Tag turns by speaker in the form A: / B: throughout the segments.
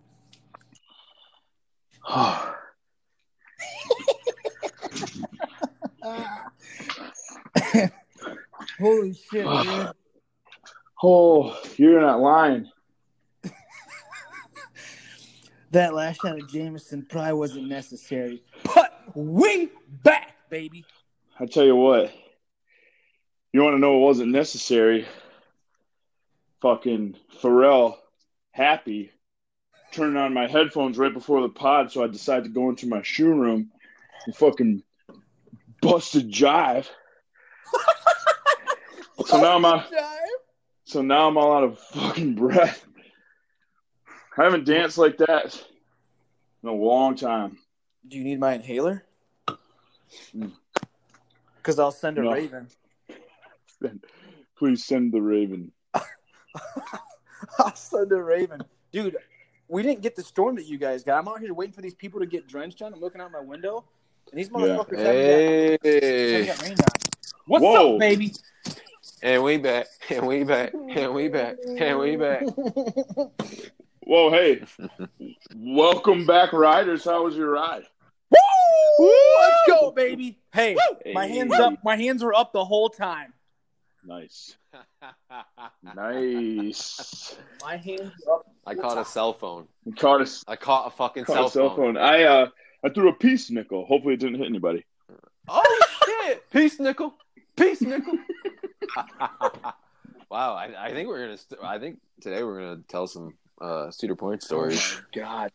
A: Oh,
B: Holy shit, dude.
A: oh, you're not lying.
B: That last shot of Jameson probably wasn't necessary. But we back, baby.
A: I tell you what. You want to know it wasn't necessary? Fucking Pharrell, happy, turning on my headphones right before the pod, so I decided to go into my shoe room and fucking busted jive. so now I'm out. So now I'm all out of fucking breath. I haven't danced like that in a long time.
C: Do you need my inhaler?
A: Mm.
C: Because I'll send a
A: No.
C: raven.
A: Please send the Raven.
C: I'll send a raven. Dude, we didn't get the storm that you guys got. I'm out here waiting for these people to get drenched on. I'm looking out my window, and these motherfuckers haven't got- haven't
D: Hey,
C: got rain on. What's
A: Whoa.
C: up, baby?
D: and we back, and we back, and we back, and we back.
A: Whoa, hey. Welcome back, riders. How was your ride?
C: Woo! Let's go, baby. Hey, my
D: Hey.
C: hands up. My hands were up the whole time.
A: Nice. Nice.
C: My hands were up.
D: I caught a cell phone.
A: I caught a, s-
D: I caught a fucking
A: caught a
D: cell,
A: cell
D: phone.
A: phone. I uh I threw a peace nickel. Hopefully it didn't hit anybody.
D: Oh shit! Peace, nickel. Peace, nickel. wow, I, I think we're gonna. St- I think today we're gonna tell some uh, Cedar Point stories
C: God.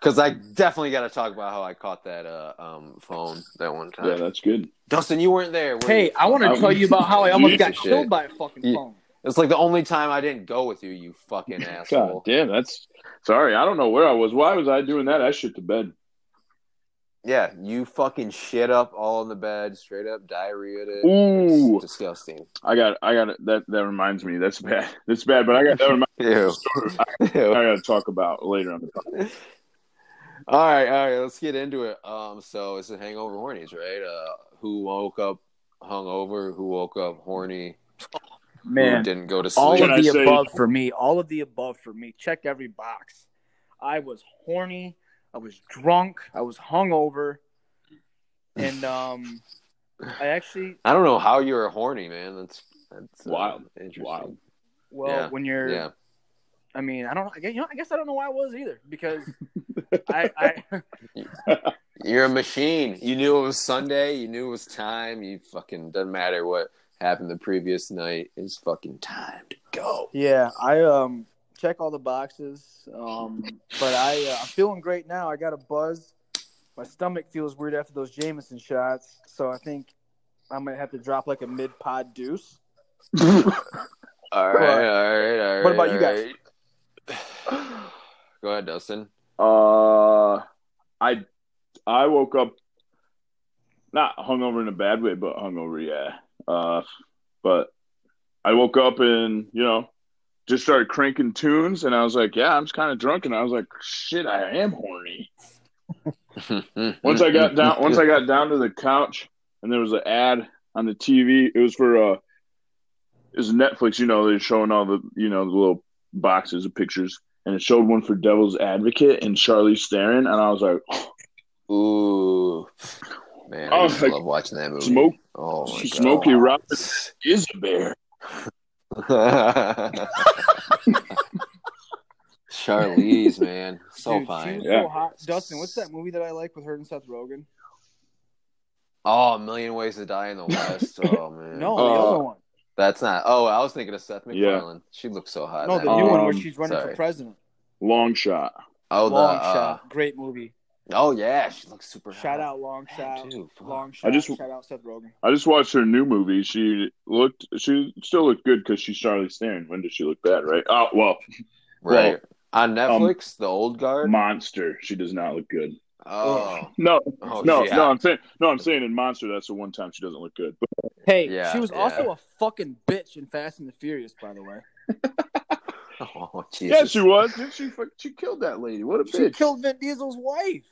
D: because I definitely got to talk about how I caught that uh, um, phone that one time.
A: Yeah, that's good.
D: Dustin, you weren't there. were
C: Hey,
D: you?
C: I want
A: I'm-
C: to tell you about how I almost
D: Piece
C: got
D: of shit.
C: killed by a fucking
D: Yeah.
C: phone.
D: It's like the only time I didn't go with you, you fucking
A: God
D: asshole.
A: damn, that's sorry. I don't know where I was. Why was I doing that? I shit to bed.
D: Yeah, you fucking shit up all on the bed, straight up diarrhea. It.
A: Ooh,
D: disgusting.
A: I got, I got that. That reminds me. That's bad. That's bad. But I got that. Reminds
D: Ew.
A: me,
D: Ew.
A: I got to talk about later on the podcast.
D: All right, all right, let's get into it. Um, so it's the hangover hornies, right? Uh, who woke up hungover? Who woke up horny? who
C: Man,
D: didn't go to
C: all
D: sleep?
C: of
A: Can I
C: the
A: say-
C: above for me. All of the above for me. Check every box. I was horny. I was drunk. I was hungover, and um, I actually
D: I don't know how you were horny, man. That's that's uh,
A: Wild.
D: interesting.
A: Wild.
C: well
D: Yeah,
C: when you're.
D: Yeah,
C: I mean, I don't. I guess, you know, I guess I don't know why I was either because I, I
D: you're a machine. You knew it was Sunday. You knew it was time. You fucking doesn't matter what happened the previous night. It's fucking time to go.
C: Yeah, I um check all the boxes, um, but I uh, I'm feeling great now. I got a buzz. My stomach feels weird after those Jameson shots, so I think I'm gonna have to drop like a mid pod deuce.
D: All right, all right, all right.
C: What about you
D: all
C: guys?
D: right. Go ahead, Dustin.
A: Uh, I, I woke up not hungover in a bad way, but hungover, yeah. Uh, but I woke up and you know just started cranking tunes, and I was like, yeah, I'm just kind of drunk, and I was like, shit, I am horny. Once I got down, once I got down to the couch, and there was an ad on the TV. It was for uh, it was Netflix. You know, they're showing all the you know the little boxes of pictures, and it showed one for Devil's Advocate and Charlie Theron, and I was like,
D: Ooh, man, I
A: Oh,
D: used to
A: like,
D: love watching that movie.
A: Smoke,
D: oh my
A: Smokey Robinson is a bear.
D: God. Charlize, man, so
C: Dude, she
D: fine.
C: was
A: Yeah.
C: so hot. Dustin, what's that movie that I like with her and Seth Rogen?
D: Oh, a million ways to die in the West. Oh man,
C: No, the
A: Uh,
C: other one.
D: that's not. Oh, I was thinking of Seth
A: Yeah.
D: MacFarlane. She looks so hot.
C: No,
D: in
C: the
D: that
C: new one where
A: um,
C: she's running
D: uh, sorry.
C: for president.
A: Long shot.
D: Oh, the
C: long
D: uh,
C: shot, great movie.
D: oh yeah, she looks super.
C: Shout
D: hot.
C: out, long
D: Man,
C: shot,
D: dude, fuck.
C: long shot.
A: just-
C: shout out Seth Rogen.
A: I just watched her new movie. She looked, she still looked good because she's Charlie Theron. When did she look bad? Right? Oh well,
D: right
A: um,
D: on Netflix, the old guard.
A: monster. She does not look good.
D: oh,
A: No,
D: oh,
A: no,
D: yeah.
A: no. I'm saying, no, I'm saying in Monster, that's the one time she doesn't look good. But
C: Hey,
D: Yeah,
C: she was
D: yeah.
C: also a fucking bitch in Fast and the Furious, by the way.
D: Oh,
A: yeah,
D: Jesus.
A: she was. Dude, she fuck- she killed that lady. What a
C: She
A: bitch.
C: killed Vin Diesel's wife.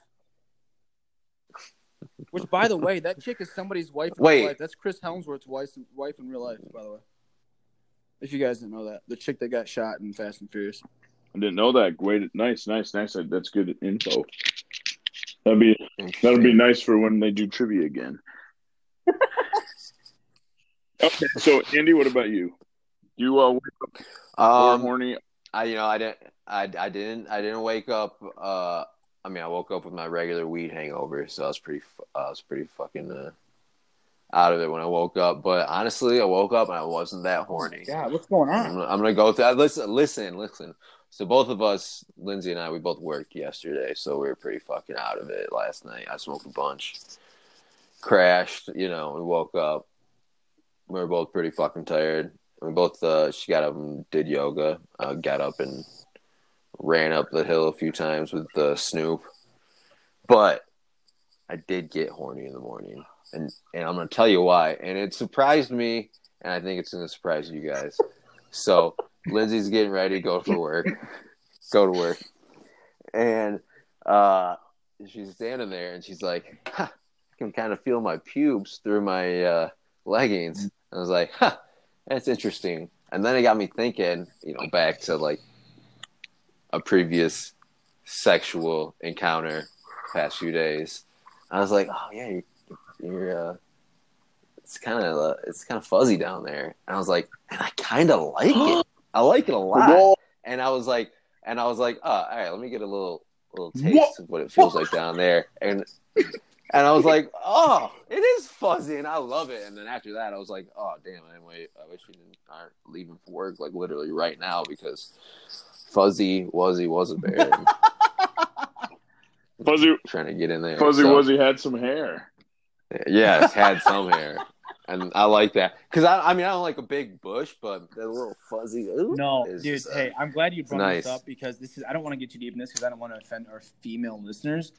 C: Which, by the way, that chick is somebody's wife. In
D: Wait.
C: real life. that's Chris Helmsworth's wife, wife in real life. By the way, if you guys didn't know that, the chick that got shot in Fast and Furious.
A: I didn't know that. Great, nice, nice, nice. That's good info. That'd be that'd be
D: Interesting.
A: nice for when they do trivia again. okay, so Andy, what about you? You uh, wake up more
D: Um,
A: horny?
D: I you know I didn't I I didn't I didn't wake up. Uh, I mean I woke up with my regular weed hangover, so I was pretty fu- I was pretty fucking uh, out of it when I woke up. But honestly, I woke up and I wasn't that horny.
C: God, what's going
D: I'm,
C: on?
D: I'm gonna go through. Listen, listen, listen. So both of us, Lindsay and I, we both worked yesterday, so we were pretty fucking out of it last night. I smoked a bunch, crashed. You know, we woke up. We were both pretty fucking tired. We both. Uh, she got up and did yoga. Uh, got up and ran up the hill a few times with the Snoop. But I did get horny in the morning, and and I'm gonna tell you why. And it surprised me, and I think it's gonna surprise you guys. So Lindsay's getting ready to go for work, go to work, and uh, she's standing there and she's like, "Huh, "I can kind of feel my pubes through my uh, leggings." I was like, "Huh, that's interesting." And then it got me thinking, you know, back to like a previous sexual encounter past few days. I was like, "Oh yeah, you're, you're uh, it's kind of uh, it's kind of fuzzy down there." And I was like, "And I kind of like it. I like it a lot."
A: Whoa,
D: and I was like, and I was like, oh, all right, let me get a little little
A: Wha-
D: taste of what it feels like down there, and and I was like, oh, it is fuzzy, and I love it. And then after that, I was like, oh, damn, I wait, I wish we didn't aren't leaving for work like literally right now because fuzzy wuzzy wasn't there. and
A: Fuzzy
D: trying to get in there.
A: Fuzzy
D: so-
A: Wuzzy had some hair.
D: Yes, had some hair. And I like that because I, I mean I don't like a big bush, but that little fuzzy. ooh,
C: No,
D: is,
C: dude.
D: uh,
C: hey, I'm glad you brought
D: nice.
C: this up because this is. I don't want to get too deep in this because I don't want to offend our female listeners.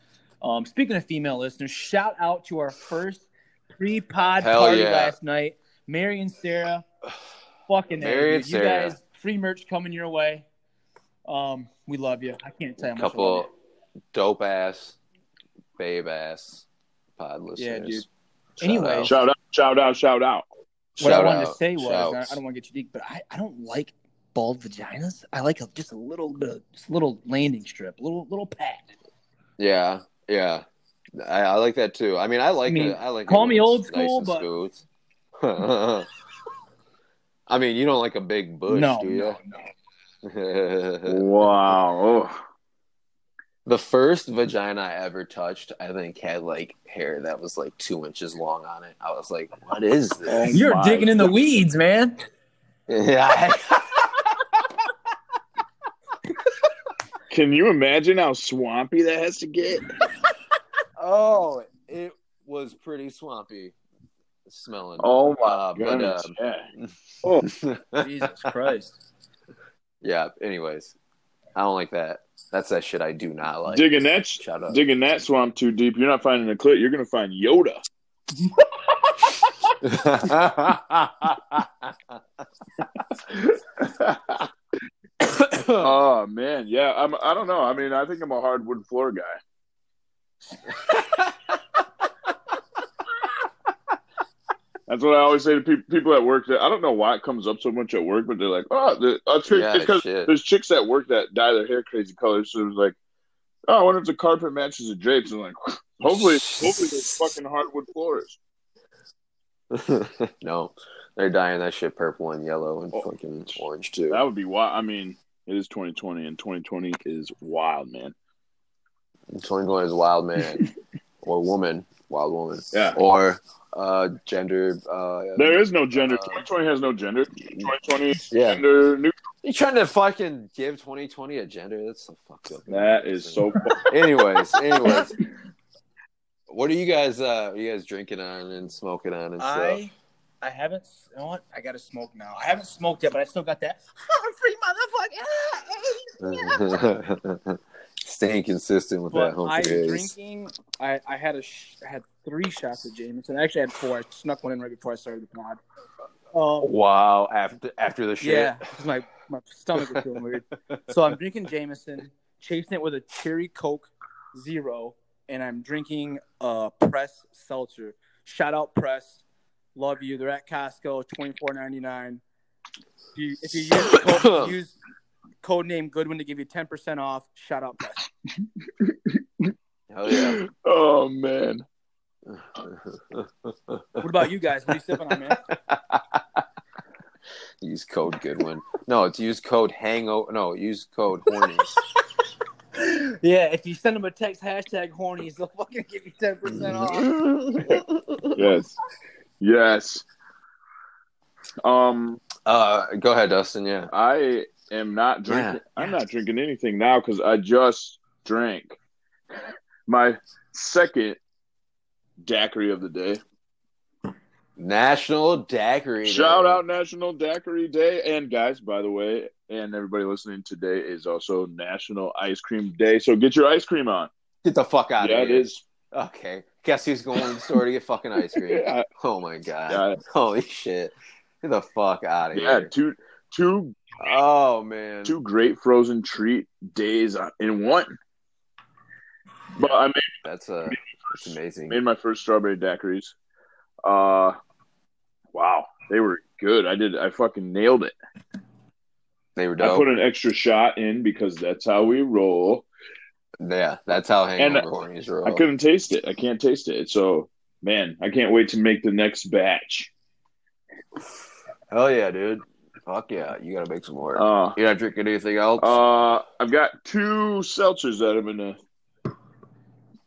C: Um, speaking of female listeners, shout out to our first pre-pod
D: Hell
C: party
D: yeah.
C: last night. Mary and Sarah, fucking A,
D: Mary and
C: dude. You
D: Sarah.
C: guys, free merch coming your way. Um, we love you. I can't tell you how much. I love
D: couple dope ass, babe ass pod listeners.
C: Yeah, dude.
D: Shout
C: Anyway,
D: out.
A: Shout out! Shout out! Shout out!
C: what I
D: Shout
C: wanted to
D: out.
C: say was, and I,
D: Shouts.
C: I don't want to get you deep, but I, I don't like bald vaginas. I like a, just a little bit, of, just a little landing strip, little little pat.
D: Yeah, yeah. I, I like that too. I mean, I like
C: I mean,
D: it. I like.
C: call
D: it when
C: me
D: it's
C: old
D: nice
C: school,
D: and
C: but-
D: smooth. I mean, you don't like a big bush,
C: no,
D: do
C: no,
D: you?
C: no.
A: Wow. Oh.
D: the first vagina I ever touched, I think, had like hair that was like two inches long on it. I was like, "What is this?"
C: You're
A: My
C: digging in the weeds, man.
D: yeah.
A: Can you imagine how swampy that has to get?
D: Oh, it was pretty swampy smelling.
A: Oh my
D: Uh, but,
A: goodness! yeah.
D: um,
C: Jesus Christ.
D: yeah. Anyways, I don't like that. That's that shit I do not like.
A: digging that sh-
D: Shut up.
A: digging that swamp too deep. You're not finding a clit. You're gonna find Yoda. Oh man, yeah. I'm. I don't know. I mean, I think I'm a hardwood floor guy. That's what I always say to people. People at work. That I don't know why it comes up so much at work, but they're like, "Oh, the, uh, chick,
D: Yeah,
A: because
D: shit.
A: there's chicks at work that dye their hair crazy colors." So it was like, "Oh, I wonder if the carpet matches the drapes." And like, hopefully, hopefully, there's fucking hardwood floors.
D: no, they're dyeing that shit purple and yellow and
A: Oh.
D: fucking orange too.
A: That would be wild. I mean, it is 2020, and 2020 is wild, man.
D: 2020 is wild man or woman, wild woman,
A: Yeah.
D: or uh, gender. Uh,
A: There is no gender.
D: Uh,
A: 2020 has no gender. 2020 is
D: Yeah.
A: gender neutral.
D: You trying to fucking give 2020 a gender? That's so fucked up.
A: That is so.
D: Anyways, anyways, what are you guys? Uh, are you guys drinking on and smoking on and stuff?
C: I I haven't you know what? I gotta smoke now. I haven't smoked yet, but I still got that. I'm free motherfucker.
D: Staying consistent with that
E: But
D: home
E: I'm
D: is.
E: drinking. I, I had a sh- I had three shots of Jameson. I actually had four. I snuck one in right before I started the pod. Um,
D: Wow! After after the Oh, shit.
E: yeah, 'cause my my stomach was feeling weird. So I'm drinking Jameson, chasing it with a cherry Coke Zero, and I'm drinking uh Press Seltzer. Shout out Press, love you. They're at Costco, twenty four ninety nine. If you, if you use, the code, use code name Goodwin to give you ten percent off. Shout out Press.
D: Hell yeah.
A: Oh man.
C: What about you guys? What are you sipping on, man?
D: use code Goodwin. No, it's use code Hangover. No, use code Hornies.
C: yeah, if you send them a text hashtag hornies, they'll fucking give you ten percent off.
A: Yes. Yes. Um
D: uh, go ahead, Dustin. Yeah.
A: I am not drinking I'm not drinking anything now cuz I just drank my second daiquiri of the day.
D: National Daiquiri. Day.
A: Shout out National Daiquiri Day. And guys, by the way, and everybody listening today is also National Ice Cream Day. So get your ice cream on.
D: Get the fuck out
A: yeah,
D: of
A: it
D: here.
A: is.
D: Okay. Guess who's going to the store to get fucking ice cream?
A: Yeah,
D: Oh my god.
A: Yeah.
D: Holy shit. Get the fuck out of
A: yeah,
D: here.
A: two two
D: Oh man.
A: two great frozen treat days in one. But I made,
D: That's uh that's amazing.
A: made my first strawberry daiquiris. Uh, wow, they were good. I did. I fucking nailed it.
D: They were
A: I put
D: dope.
A: an extra shot in because that's how we roll.
D: Yeah, that's how
A: And,
D: hangover
A: uh,
D: hornies roll.
A: I couldn't taste it. I can't taste it. So man, I can't wait to make the next batch.
D: Hell yeah, dude. Fuck yeah. You gotta make some more.
A: Uh,
D: You're not drinking anything else?
A: uh, I've got two seltzers that I'm gonna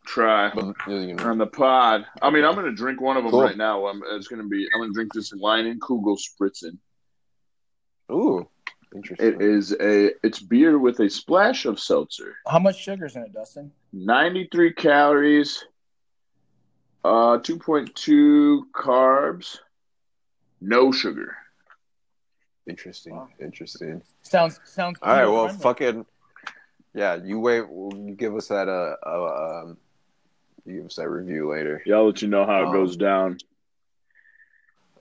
A: try.
D: But you can-
A: on the pod. I mean, I'm gonna drink one of them
D: Cool.
A: right now. I'm, it's gonna be. I'm gonna drink this Lion Kugel Spritzen.
D: Ooh. Interesting.
A: uh, It is a. It's beer with a splash of seltzer.
C: How much sugar's in it, Dustin?
A: 93 calories. Uh, 2.2 carbs. No sugar.
D: Interesting.
A: uh,
C: Wow.
D: Interesting.
C: Sounds sounds.
D: All right, well,
C: friendly.
D: fucking, yeah. You wait. You give us that. Uh, uh um, you give us that review later.
A: Yeah, I'll let you know how it
D: Um,
A: goes down.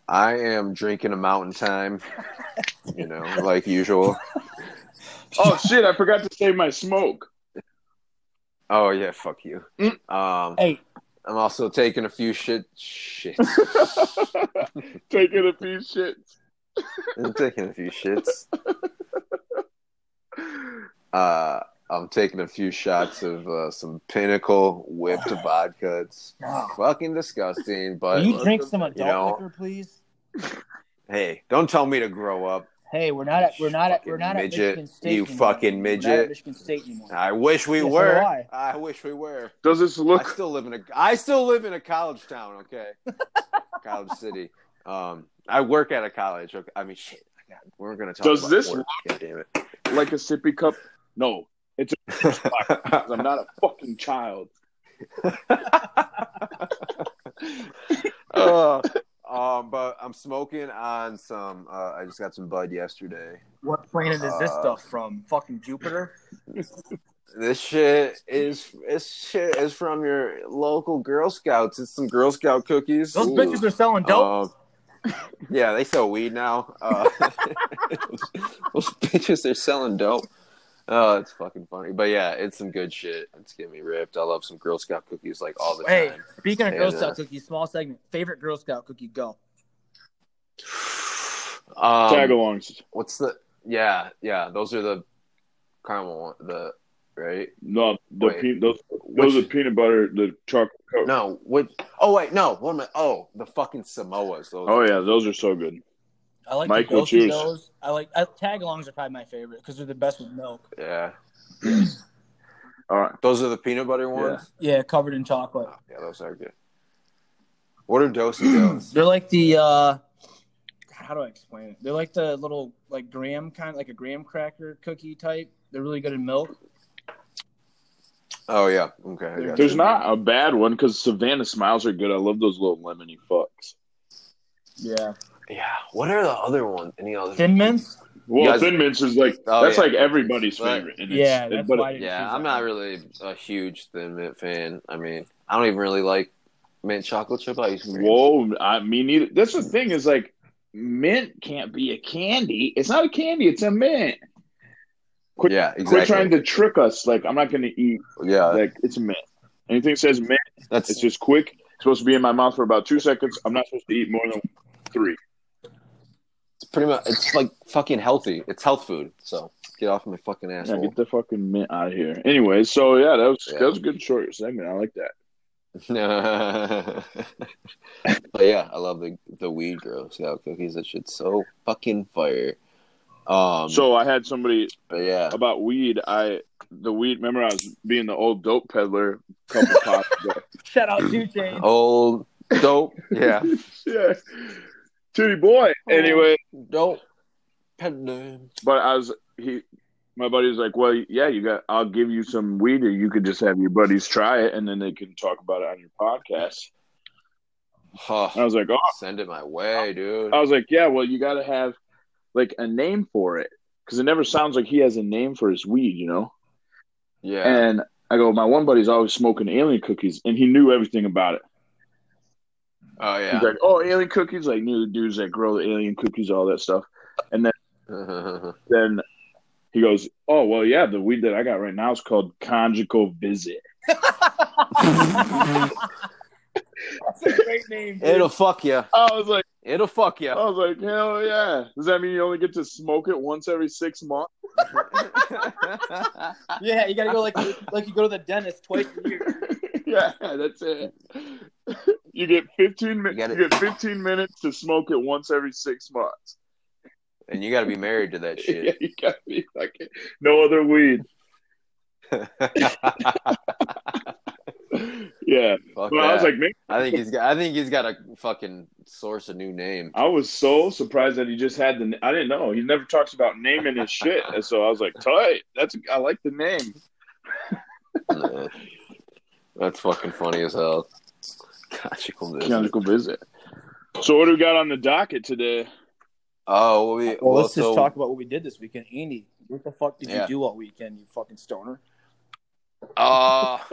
D: I am drinking a mountain time. you know, like usual.
A: Oh shit! I forgot to save my smoke.
D: Oh yeah, fuck you.
A: Mm.
D: Um,
C: Hey,
D: I'm also taking a few shit. Shit.
A: Taking a few shits.
D: I'm taking a few shits. Uh, I'm taking a few shots of uh, some Pinnacle whipped vodka. It's
C: wow.
D: fucking disgusting, but
C: Will you drink some
D: you
C: adult
D: know-
C: liquor, please?
D: hey, don't tell me to grow up.
C: Hey, we're not at we're not at we're
D: Fucking
C: not at
D: midget.
C: Michigan State.
D: You
C: anymore.
D: fucking
C: We're not
D: midget. Uh,
C: at Michigan State anymore.
D: I wish we
C: Yeah, so
D: were.
C: do I.
D: I wish we were.
A: Does this
D: I
A: look?
D: still live in a I still live in a college town, okay? college city. Um I work at a college. Okay? I mean shit. I got- We're gonna talk
A: Does
D: about
A: this
D: work. God damn it.
A: like a sippy cup? No, 'cause I'm not a fucking child.
D: Uh, um, but I'm smoking on some. Uh, I just got some bud yesterday.
C: What planet is this
D: Uh,
C: stuff from? Fucking Jupiter?
D: This shit is this shit is from your local Girl Scouts. It's some Girl Scout cookies.
C: Those bitches are selling dope.
D: Um, yeah, they sell weed now. Uh, those bitches, they're selling dope. Oh, it's fucking funny. But yeah, it's some good shit. It's getting me ripped. I love some Girl Scout cookies like all the
C: hey,
D: time.
C: speaking of Girl
D: Oh, Yeah,
C: Scout
D: nah.
C: cookies, small segment. Favorite Girl Scout cookie? Go.
D: Um,
A: Tagalongs.
D: What's the? Yeah, yeah. Those are the caramel one. The right?
A: No, the
D: Wait.
A: pe- those
D: Which-
A: those are peanut butter, the chocolate. Coke.
D: No. What? Oh wait, no. What am I? Oh, the fucking Samoas. Those.
A: Oh yeah, those are so good.
C: I like
A: Mike
C: the
A: will
C: ghost of
A: choose.
C: those. I like I, tagalongs are probably my favorite because they're the best with milk.
D: yeah.
A: All right,
D: Those are the peanut butter ones.
C: Yeah, covered in chocolate.
D: Yeah, oh, yeah those are good. What are dosy dos?
C: They're like the uh how do I explain it? They're like the little like graham kind like a graham cracker cookie type. They're really good in milk.
D: Oh yeah. Okay. I got
A: there's
D: you.
A: not a bad one because Savannah Smiles are good. I love those little lemony fucks.
C: Yeah.
D: Yeah. What are the other ones? Any other?
C: Thin mints?
A: Well,
D: guys-
A: Thin Mints is like
D: Oh,
A: that's
D: yeah.
A: like everybody's
D: Right.
A: favorite. And it's,
C: Yeah, that's
A: but
C: why I didn't choose
D: Yeah, I'm
C: that
D: not
C: one.
D: really a huge Thin Mint fan. I mean, I don't even really like mint chocolate chip ice cream.
A: whoa, I mean, neither. That's the thing is like mint can't be a candy. It's not a candy. It's a mint. Quit-
D: yeah,
A: Quit
D: exactly. Uh,
A: trying to trick us. Like I'm not going to eat.
D: yeah,
A: Like it's mint. Anything that says mint,
D: that's
A: it's just quick. It's supposed to be in my mouth for about two seconds. I'm not supposed to eat more than three.
D: it's pretty much it's like fucking healthy. It's health food. So Get off my fucking asshole.
A: Yeah, get the fucking mint out of here. Anyway, so yeah, that was
D: Yeah.
A: that was a good short segment. I like that.
D: but yeah, I love the the weed gross out cookies. That shit's so fucking fire. Um,
A: So I had somebody
D: but yeah,
A: about weed. I the weed. Remember, I was being the old dope peddler. a Couple pops. ago.
C: Shout out to James.
D: old dope. Yeah,
A: yeah, titty boy. Anyway,
D: dope. Peddler.
A: but I was he. My buddy was like, "Well, yeah, you got. I'll give you some weed, or you could just have your buddies try it, and then they can talk about it on your podcast."
D: Huh.
A: And I was like, "Oh,
D: Send it my way, dude.
A: I was like, yeah, well, you got to have like a name for it because it never sounds like he has a name for his weed, you know.
D: Yeah,
A: And I go, my one buddy's always smoking alien cookies, and he knew everything about it.
D: oh yeah.
A: He's like, oh, alien cookies, like knew the dudes that grow the alien cookies, all that stuff. Then he goes, oh, well, yeah, the weed that I got right now is called conjugal visit.
C: That's a great name. dude.
D: It'll fuck you.
A: I was like,
D: It'll fuck you.
A: I was like, hell yeah! Does that mean you only get to smoke it once every six months? Oh.
C: Yeah, you gotta go like like you go to the dentist twice a year.
A: yeah, that's it. You get fifteen
D: You got
A: minutes.
D: it.
A: You, get fifteen minutes to smoke it once every six months.
D: and you got to be married to that
A: Yeah,
D: shit.
A: you gotta be like no other weed. Yeah,
D: Fuck
A: but I was
D: that.
A: like, man,
D: I think he's got. I think he's got to fucking source a new name.
A: I was so surprised that he just had the. I didn't know he never talks about naming his shit, and so I was like, tight. That's I like the name.
D: Nah. That's fucking funny as hell. Conjugal visit.
A: Conjugal visit. So what do we got on the docket today?
D: Oh, we,
C: Well, let's
D: so,
C: just talk about what we did this weekend, Andy. What the fuck did
D: Yeah.
C: you do all weekend, you fucking stoner?
D: Uh,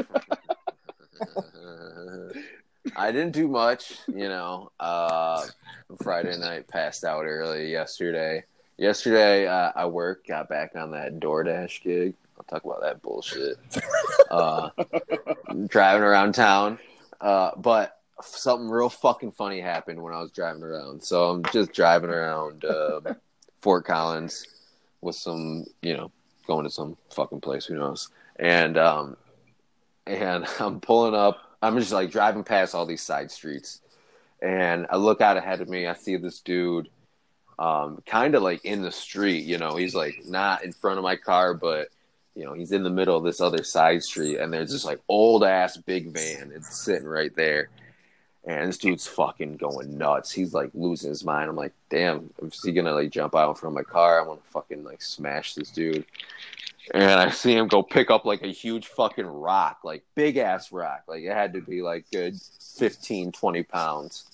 D: I didn't do much, you know. Uh, Friday night passed out early yesterday. Yesterday, uh, I worked, got back on that DoorDash gig. I'll talk about that bullshit. uh, driving around town. Uh, but something real fucking funny happened when I was driving around. So I'm just driving around um Fort Collins with some, you know, going to some fucking place, who knows and um and I'm pulling up. I'm just like driving past all these side streets, and I look out ahead of me. I see this dude, um, kind of like in the street. You know, he's like not in front of my car, but you know, he's in the middle of this other side street, and there's this like old ass big van. It's sitting right there. And this dude's fucking going nuts. He's like losing his mind. I'm like, damn, is he gonna like jump out in front of my car? I wanna fucking like smash this dude and I see him go pick up like a huge fucking rock, like big ass rock. Like it had to be like good 15, 20 pounds.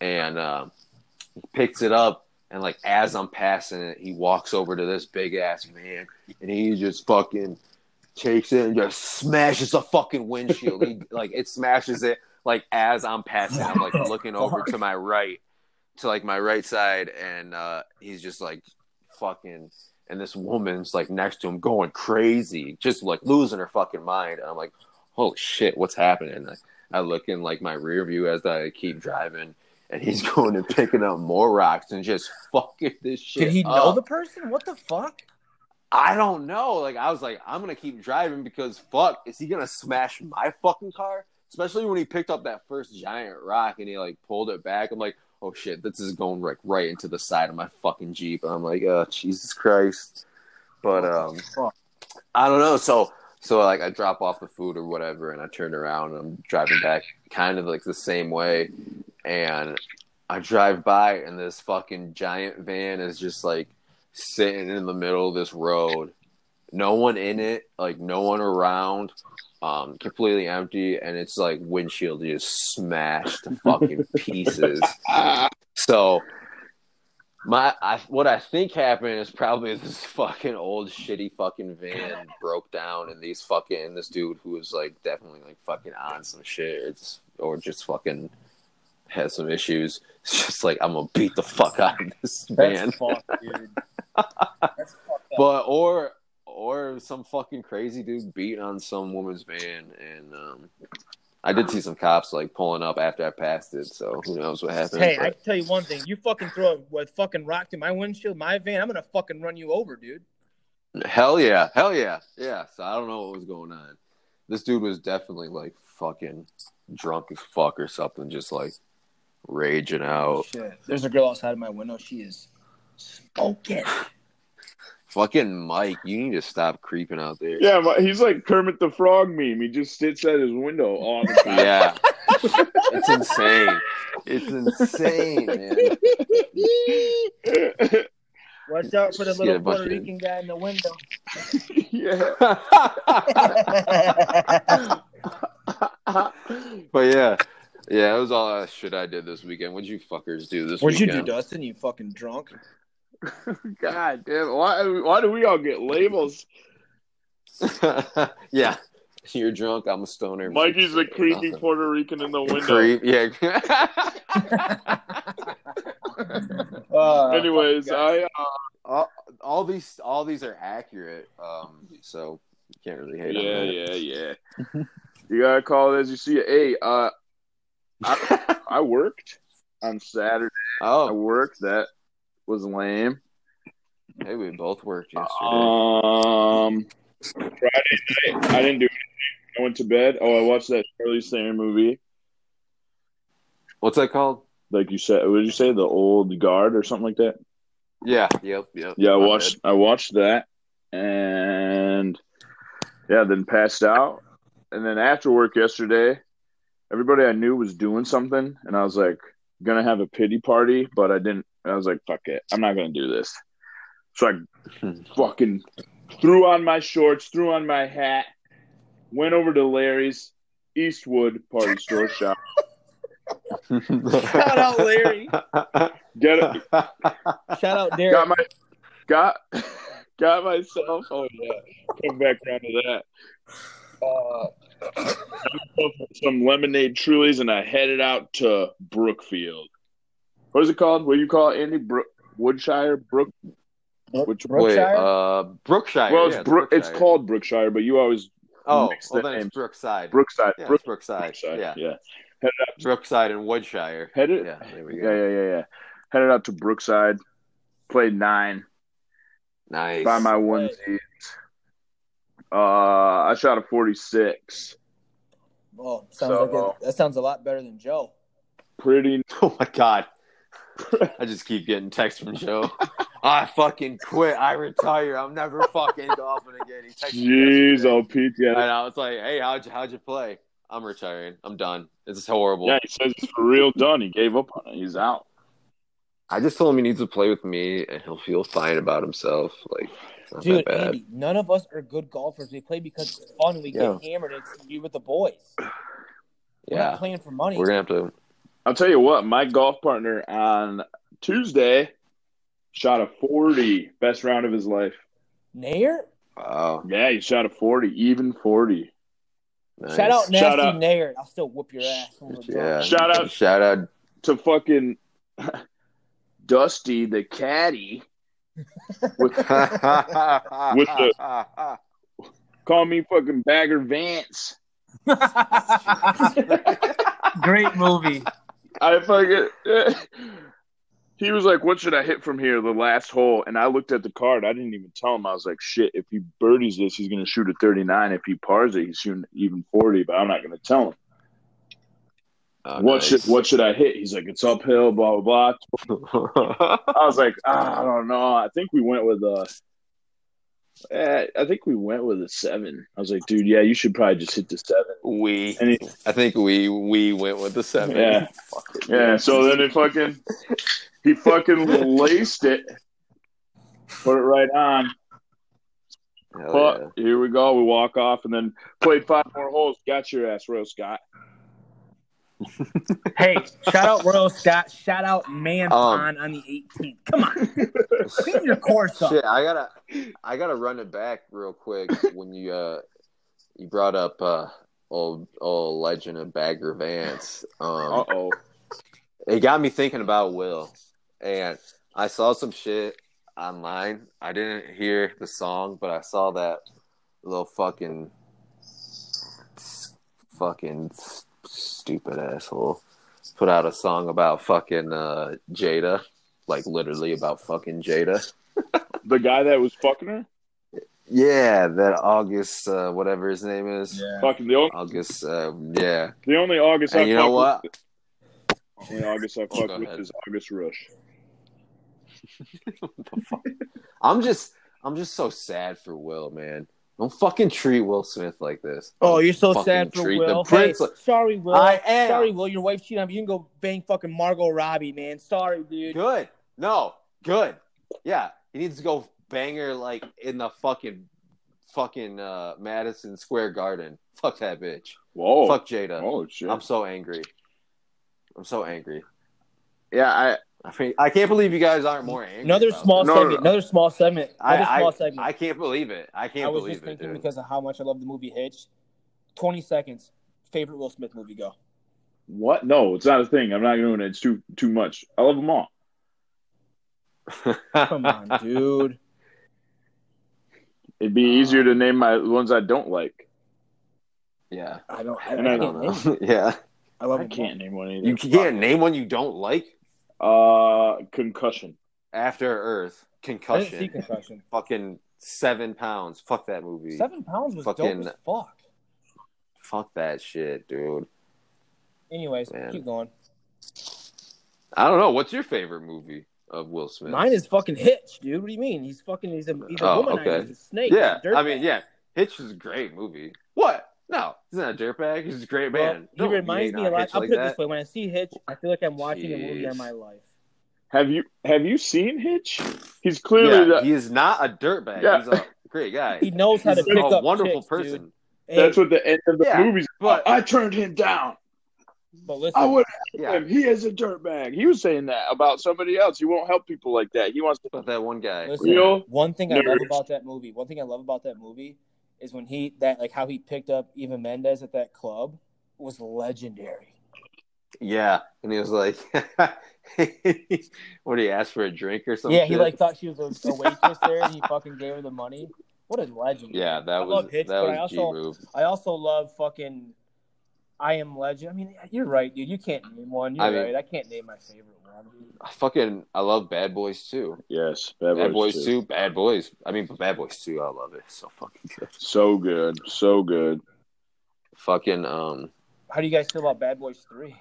D: And um, he picks it up, and like as I'm passing it, he walks over to this big ass man, and he just fucking takes it and just smashes the fucking windshield. he, like it smashes it like as I'm passing, I'm like
C: Oh,
D: looking over to my right, to like my right side, and uh, he's just like fucking and this woman's like next to him going crazy, just like losing her fucking mind. And I'm like, holy shit, what's happening? And I, I look in like my rear view as I keep driving, and he's going and picking up more rocks and just fucking this shit.
C: Did he
D: up.
C: know the person? What the fuck?
D: I don't know. Like I was like, I'm gonna keep driving because fuck, is he gonna smash my fucking car? Especially when he picked up that first giant rock and he like pulled it back. I'm like, oh shit, this is going like right into the side of my fucking jeep. And I'm like, oh Jesus Christ. But um,
C: Fuck.
D: I don't know. So so like I drop off the food or whatever, and I turn around and I'm driving back, kind of like the same way, and I drive by and this fucking giant van is just like sitting in the middle of this road. No one in it, like no one around, um, completely empty, and it's like windshield just smashed to fucking pieces.
A: Ah,
D: So my I, what I think happened is probably this fucking old shitty fucking van broke down and these fucking and this dude who was like definitely like fucking on some shit or just, or just fucking has some issues. It's just like I'm gonna beat the fuck out of this
C: That's
D: van.
C: fucked, dude. That's fucked up.
D: But or or some fucking crazy dude beat on some woman's van, and um, I did see some cops like pulling up after I passed it. So who knows what happened?
C: Hey, I
D: but-
C: can tell you one thing. You fucking throw a, a fucking rock to my windshield, my van, I'm gonna fucking run you over, dude.
D: Hell yeah, hell yeah, yeah. So I don't know what was going on. This dude was definitely like fucking drunk as fuck or something, just like raging out.
C: Shit. There's a girl outside of my window. She is smoking.
D: Fucking Mike, you need to stop creeping out there.
A: Yeah, but he's like Kermit the Frog meme. He just sits at his window all the time.
D: Yeah. it's insane. It's insane, man.
C: Watch out for the
D: Just get
C: little
D: a bunch
C: Puerto
D: of-
C: Rican guy in the window.
A: yeah.
D: But yeah. Yeah, that was all that shit I did this weekend. What'd you fuckers do this
C: What'd you do,
D: weekend?
C: Dustin? You fucking drunk?
A: God damn. Why, why do we all get labels?
D: yeah. You're drunk, I'm a stoner.
A: Mikey's a creepy
D: Nothing.
A: Puerto Rican in the window.
D: Creep, yeah.
C: Uh,
A: Anyways, I uh,
D: all, all these all these are accurate. Um, so you can't really hate on
A: yeah,
D: that.
A: yeah, yeah. you gotta call it as you see it. Hey, uh, I, I worked on Saturday. I
D: Oh,
A: worked. That was lame.
D: hey, we both worked yesterday.
A: Uh-huh. Um, Friday night, I didn't do anything. I went to bed. Oh, I watched that Charlie Sanger movie.
D: What's that called?
A: Like you said, what did you say? The Old Guard or something like that.
D: Yeah, yep, yep.
A: Yeah, I
D: My
A: watched. I watched that, and yeah, then passed out. And then after work yesterday, everybody I knew was doing something, and I was like, gonna have a pity party, but I didn't. I was like, fuck it, I'm not gonna do this. So I fucking threw on my shorts, threw on my hat, went over to Larry's Eastwood Party Store Shop.
D: bad.
C: Shout out Larry.
A: Get it.
C: Shout out Derek.
A: got my got got myself. Oh yeah, come back around to that. Uh, got myself some lemonade trulies, and I headed out to Brookfield. What is it called? What do you call it, Andy? Brook Woodshire Brook? Which
D: Wait,
C: Brookshire?
D: uh, Brookshire.
A: well,
D: yeah,
A: it's Brook. It's
D: Brookshire.
A: called Brookshire, but you always
D: Oh,
A: mix
D: well,
A: the
D: then
A: names.
D: it's Brookside.
A: Brookside.
D: yeah,
A: Brook,
D: it's Brookside.
A: Brookside.
D: Yeah,
A: yeah.
D: Brookside and Woodshire.
A: Headed.
D: Yeah, there we
A: Yeah,
D: go.
A: yeah, yeah, yeah. Headed out to Brookside. Played nine.
D: Nice.
A: by my
C: Nice.
A: onesies. Uh, I shot a 46.
C: oh, sounds
A: So-
C: like it, that sounds a lot better than Joe.
A: Pretty.
D: Oh my god. I just keep getting texts from Joe. I fucking quit. I retire. I'm never fucking golfing again. He texted me
A: Jeez,
D: yesterday.
A: oh Pete. Yeah,
D: And I was like, "Hey, how'd you how'd you play? I'm retiring. I'm done. This is horrible."
A: yeah. He says it's for real done. He gave up on it. He's out.
D: I just told him he needs to play with me, and he'll feel fine about himself. Like, it's not
C: Dude,
D: that bad.
C: Andy, none of us are good golfers. We play because it's fun. We get hammered. It's to be with the boys. We're
D: yeah,
C: not playing for money.
D: we're gonna have to.
A: I'll tell you what. My golf partner on Tuesday shot a 40, best round of his life.
C: Nair?
D: Wow.
A: Yeah, he shot a 40, even 40.
D: Nice.
C: Shout out
A: Shout
C: Nasty
A: out.
C: Nair. I'll still whoop your ass. when we're
D: Yeah.
C: drunk.
A: Shout out-
D: Shout out.
A: To fucking Dusty the caddy. With With
D: the.
A: call me fucking Bagger Vance.
C: Great movie.
A: I fucking. He was like, "What should I hit from here?" The last hole, and I looked at the card. I didn't even tell him. I was like, "Shit! If he birdies this, he's gonna shoot a 39. If he pars it, he's shooting even 40." But I'm not gonna tell him.
D: Oh,
A: what should What should I hit? He's like, "It's uphill, blah blah
D: what?
A: blah." I was like, "Ah, "I don't know. I think we went with a. eh, I think we went with a seven. I was like, "Dude, yeah, you should probably just hit the seven.
D: We.
A: And he,
D: I think we we went with the seven.
A: Yeah. Yeah, so then it fucking he fucking laced it. Put it right on.
D: Hell
A: But
D: yeah.
A: here we go. We walk off and then played five more holes. Got your ass, Royal Scott.
C: Hey, shout out Royal Scott. Shout out Man
D: Um,
C: Pond on the 18th. Come on, clean your course up.
D: Shit, I gotta I gotta run it back real quick when you uh you brought up uh old old legend of Bagger Vance. Um
A: Uh oh.
D: it got me thinking about Will. And I saw some shit online. I didn't hear the song, but I saw that little fucking fucking stupid asshole put out a song about fucking uh Jada, like literally about fucking Jada.
A: The guy that was fucking her?
D: Yeah, that August, uh, whatever his name is.
A: Fucking the only,
D: August, uh, yeah.
A: the only August I
D: And you know
A: fuck
D: what?
A: with, the only August I
D: go
A: fuck with
D: ahead.
A: is August Rush.
D: I'm just, I'm just so sad for Will, man. Don't fucking treat Will Smith like this.
C: Oh, you're so
D: Fucking
C: sad for
D: treat
C: Will.
D: The prince
C: Hey,
D: like-
C: sorry, Will.
D: I am.
C: Sorry, Will. Your wife cheated on you. You can go bang fucking Margot Robbie, man. Sorry, dude.
D: Good. No, good. Yeah, he needs to go banger like in the fucking, fucking uh, Madison Square Garden. Fuck that bitch.
A: Whoa.
D: Fuck Jada.
A: Oh shit.
D: I'm so angry. I'm so angry. Yeah, I. I, mean, I can't believe you guys aren't more angry.
C: Another
D: about
C: small
D: this.
A: No, no,
C: segment.
A: no.
C: Another small segment. Another
D: I,
C: small
D: I,
C: segment.
D: I can't believe it. I can't
C: I was
D: believe
C: just thinking
D: it, dude.
C: because of how much I love the movie Hitch. Twenty seconds. Favorite Will Smith movie? Go.
A: What? No, it's not a thing. I'm not doing it. It's too too much. I love them all.
C: Come on, dude.
A: It'd be
D: Uh,
A: easier to name my ones I don't like.
D: yeah,
C: I don't. I,
A: And
C: I
A: I
D: I
C: can't
D: don't
C: name.
D: know. yeah,
C: I love
A: I
C: him.
A: can't name one either.
D: you can't name one you don't like.
A: Uh, concussion.
D: After Earth,
C: I didn't see
D: Concussion,
C: concussion.
D: fucking seven pounds. Fuck that movie.
C: Seven pounds was
D: Fucking-
C: dope as fuck.
D: Fuck that shit, dude.
C: Anyways,
D: Man.
C: keep going.
D: I don't know. What's your favorite movie of Will Smith?
C: Mine is fucking Hitch, dude. What do you mean? He's fucking. He's a. He's a
D: Oh,
C: womanizer.
D: okay.
C: He's a snake.
D: Yeah,
C: He's a
D: I mean,
C: dirtbag.
D: yeah, Hitch is a great movie. What? No, he's not a dirtbag. He's a great
C: Well,
D: man.
C: he reminds me a lot. I'll put it this way: when I see Hitch, I feel like I'm watching a movie
D: Jeez.
C: on my life.
A: Have you have you seen Hitch? He's
D: Clearly,
A: clearly the,
D: he is not a dirtbag.
A: Yeah.
D: He's a great guy.
C: He knows how
D: he's
C: to pick
D: a
C: up
D: wonderful
C: chicks,
D: person.
C: Dude. Hey,
A: that's what the end of the
D: Yeah,
A: movie's.
D: but-
A: I, I turned him down.
C: but listen,
A: I would
D: Yeah,
A: him. He is a dirtbag. He was saying that about somebody else. He won't help people like that. He wants to.
D: but that one guy.
C: listen.
A: Real
C: one thing I love
A: nerds.
C: about that movie. One thing I love about that movie is when he that like how he picked up Eva Mendes at that club was legendary.
D: Yeah, and he was like, "What do you ask for a drink or something?"
C: yeah, he like thought she was a, a waitress there, and he fucking gave her the money. What a legend!
D: Yeah, that
C: I
D: was
C: love Hitch,
D: that
C: but I
D: was G
C: also-
D: move.
C: I also love fucking I Am Legend. I mean, you're right, dude. You can't name one. You're
D: I mean-
C: right. I can't name my favorite one. dude.
D: I fucking I love Bad Boys too.
A: Yes, Bad Boys,
D: Bad Boys,
A: too.
D: too. Bad Boys. I mean, Bad Boys too. I love it. So fucking good.
A: So good, so good.
D: Fucking um,
C: How do you guys feel about Bad Boys Three,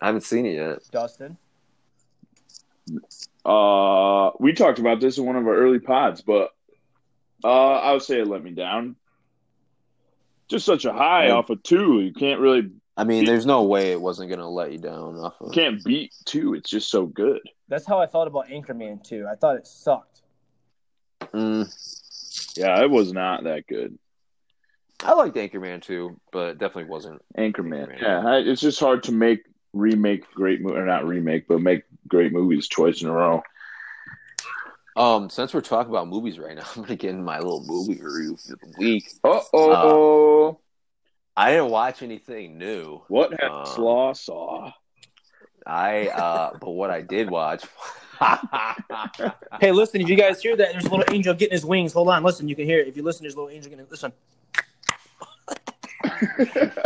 D: I haven't seen it yet.
C: Dustin?
A: Uh, we talked about this in one of our early pods, but uh, I would say it let me down. Just such a high
D: Yeah.
A: off of two. You can't really
D: I mean, there's no way it wasn't gonna let you down off of.
A: can't beat two. It's just so good.
C: That's how I felt about Anchorman Two. I thought it sucked.
D: Mm,
A: Yeah, it was not that good.
D: I liked Anchorman too, but it definitely wasn't.
A: Anchorman.
D: Anchorman.
A: Yeah, I, it's just hard to make remake great movie or not remake, but make great movies twice in a row.
D: Um, since we're talking about movies right now, I'm gonna get in my little movie review for the week.
A: Uh oh.
D: I didn't watch anything new.
A: What has
D: um,
A: Slaw saw?
D: I uh, but what I did watch.
C: Hey, listen, did you guys hear that? There's a little angel getting his wings. Hold on, listen. You can hear it. If you listen, there's a little angel getting. Listen.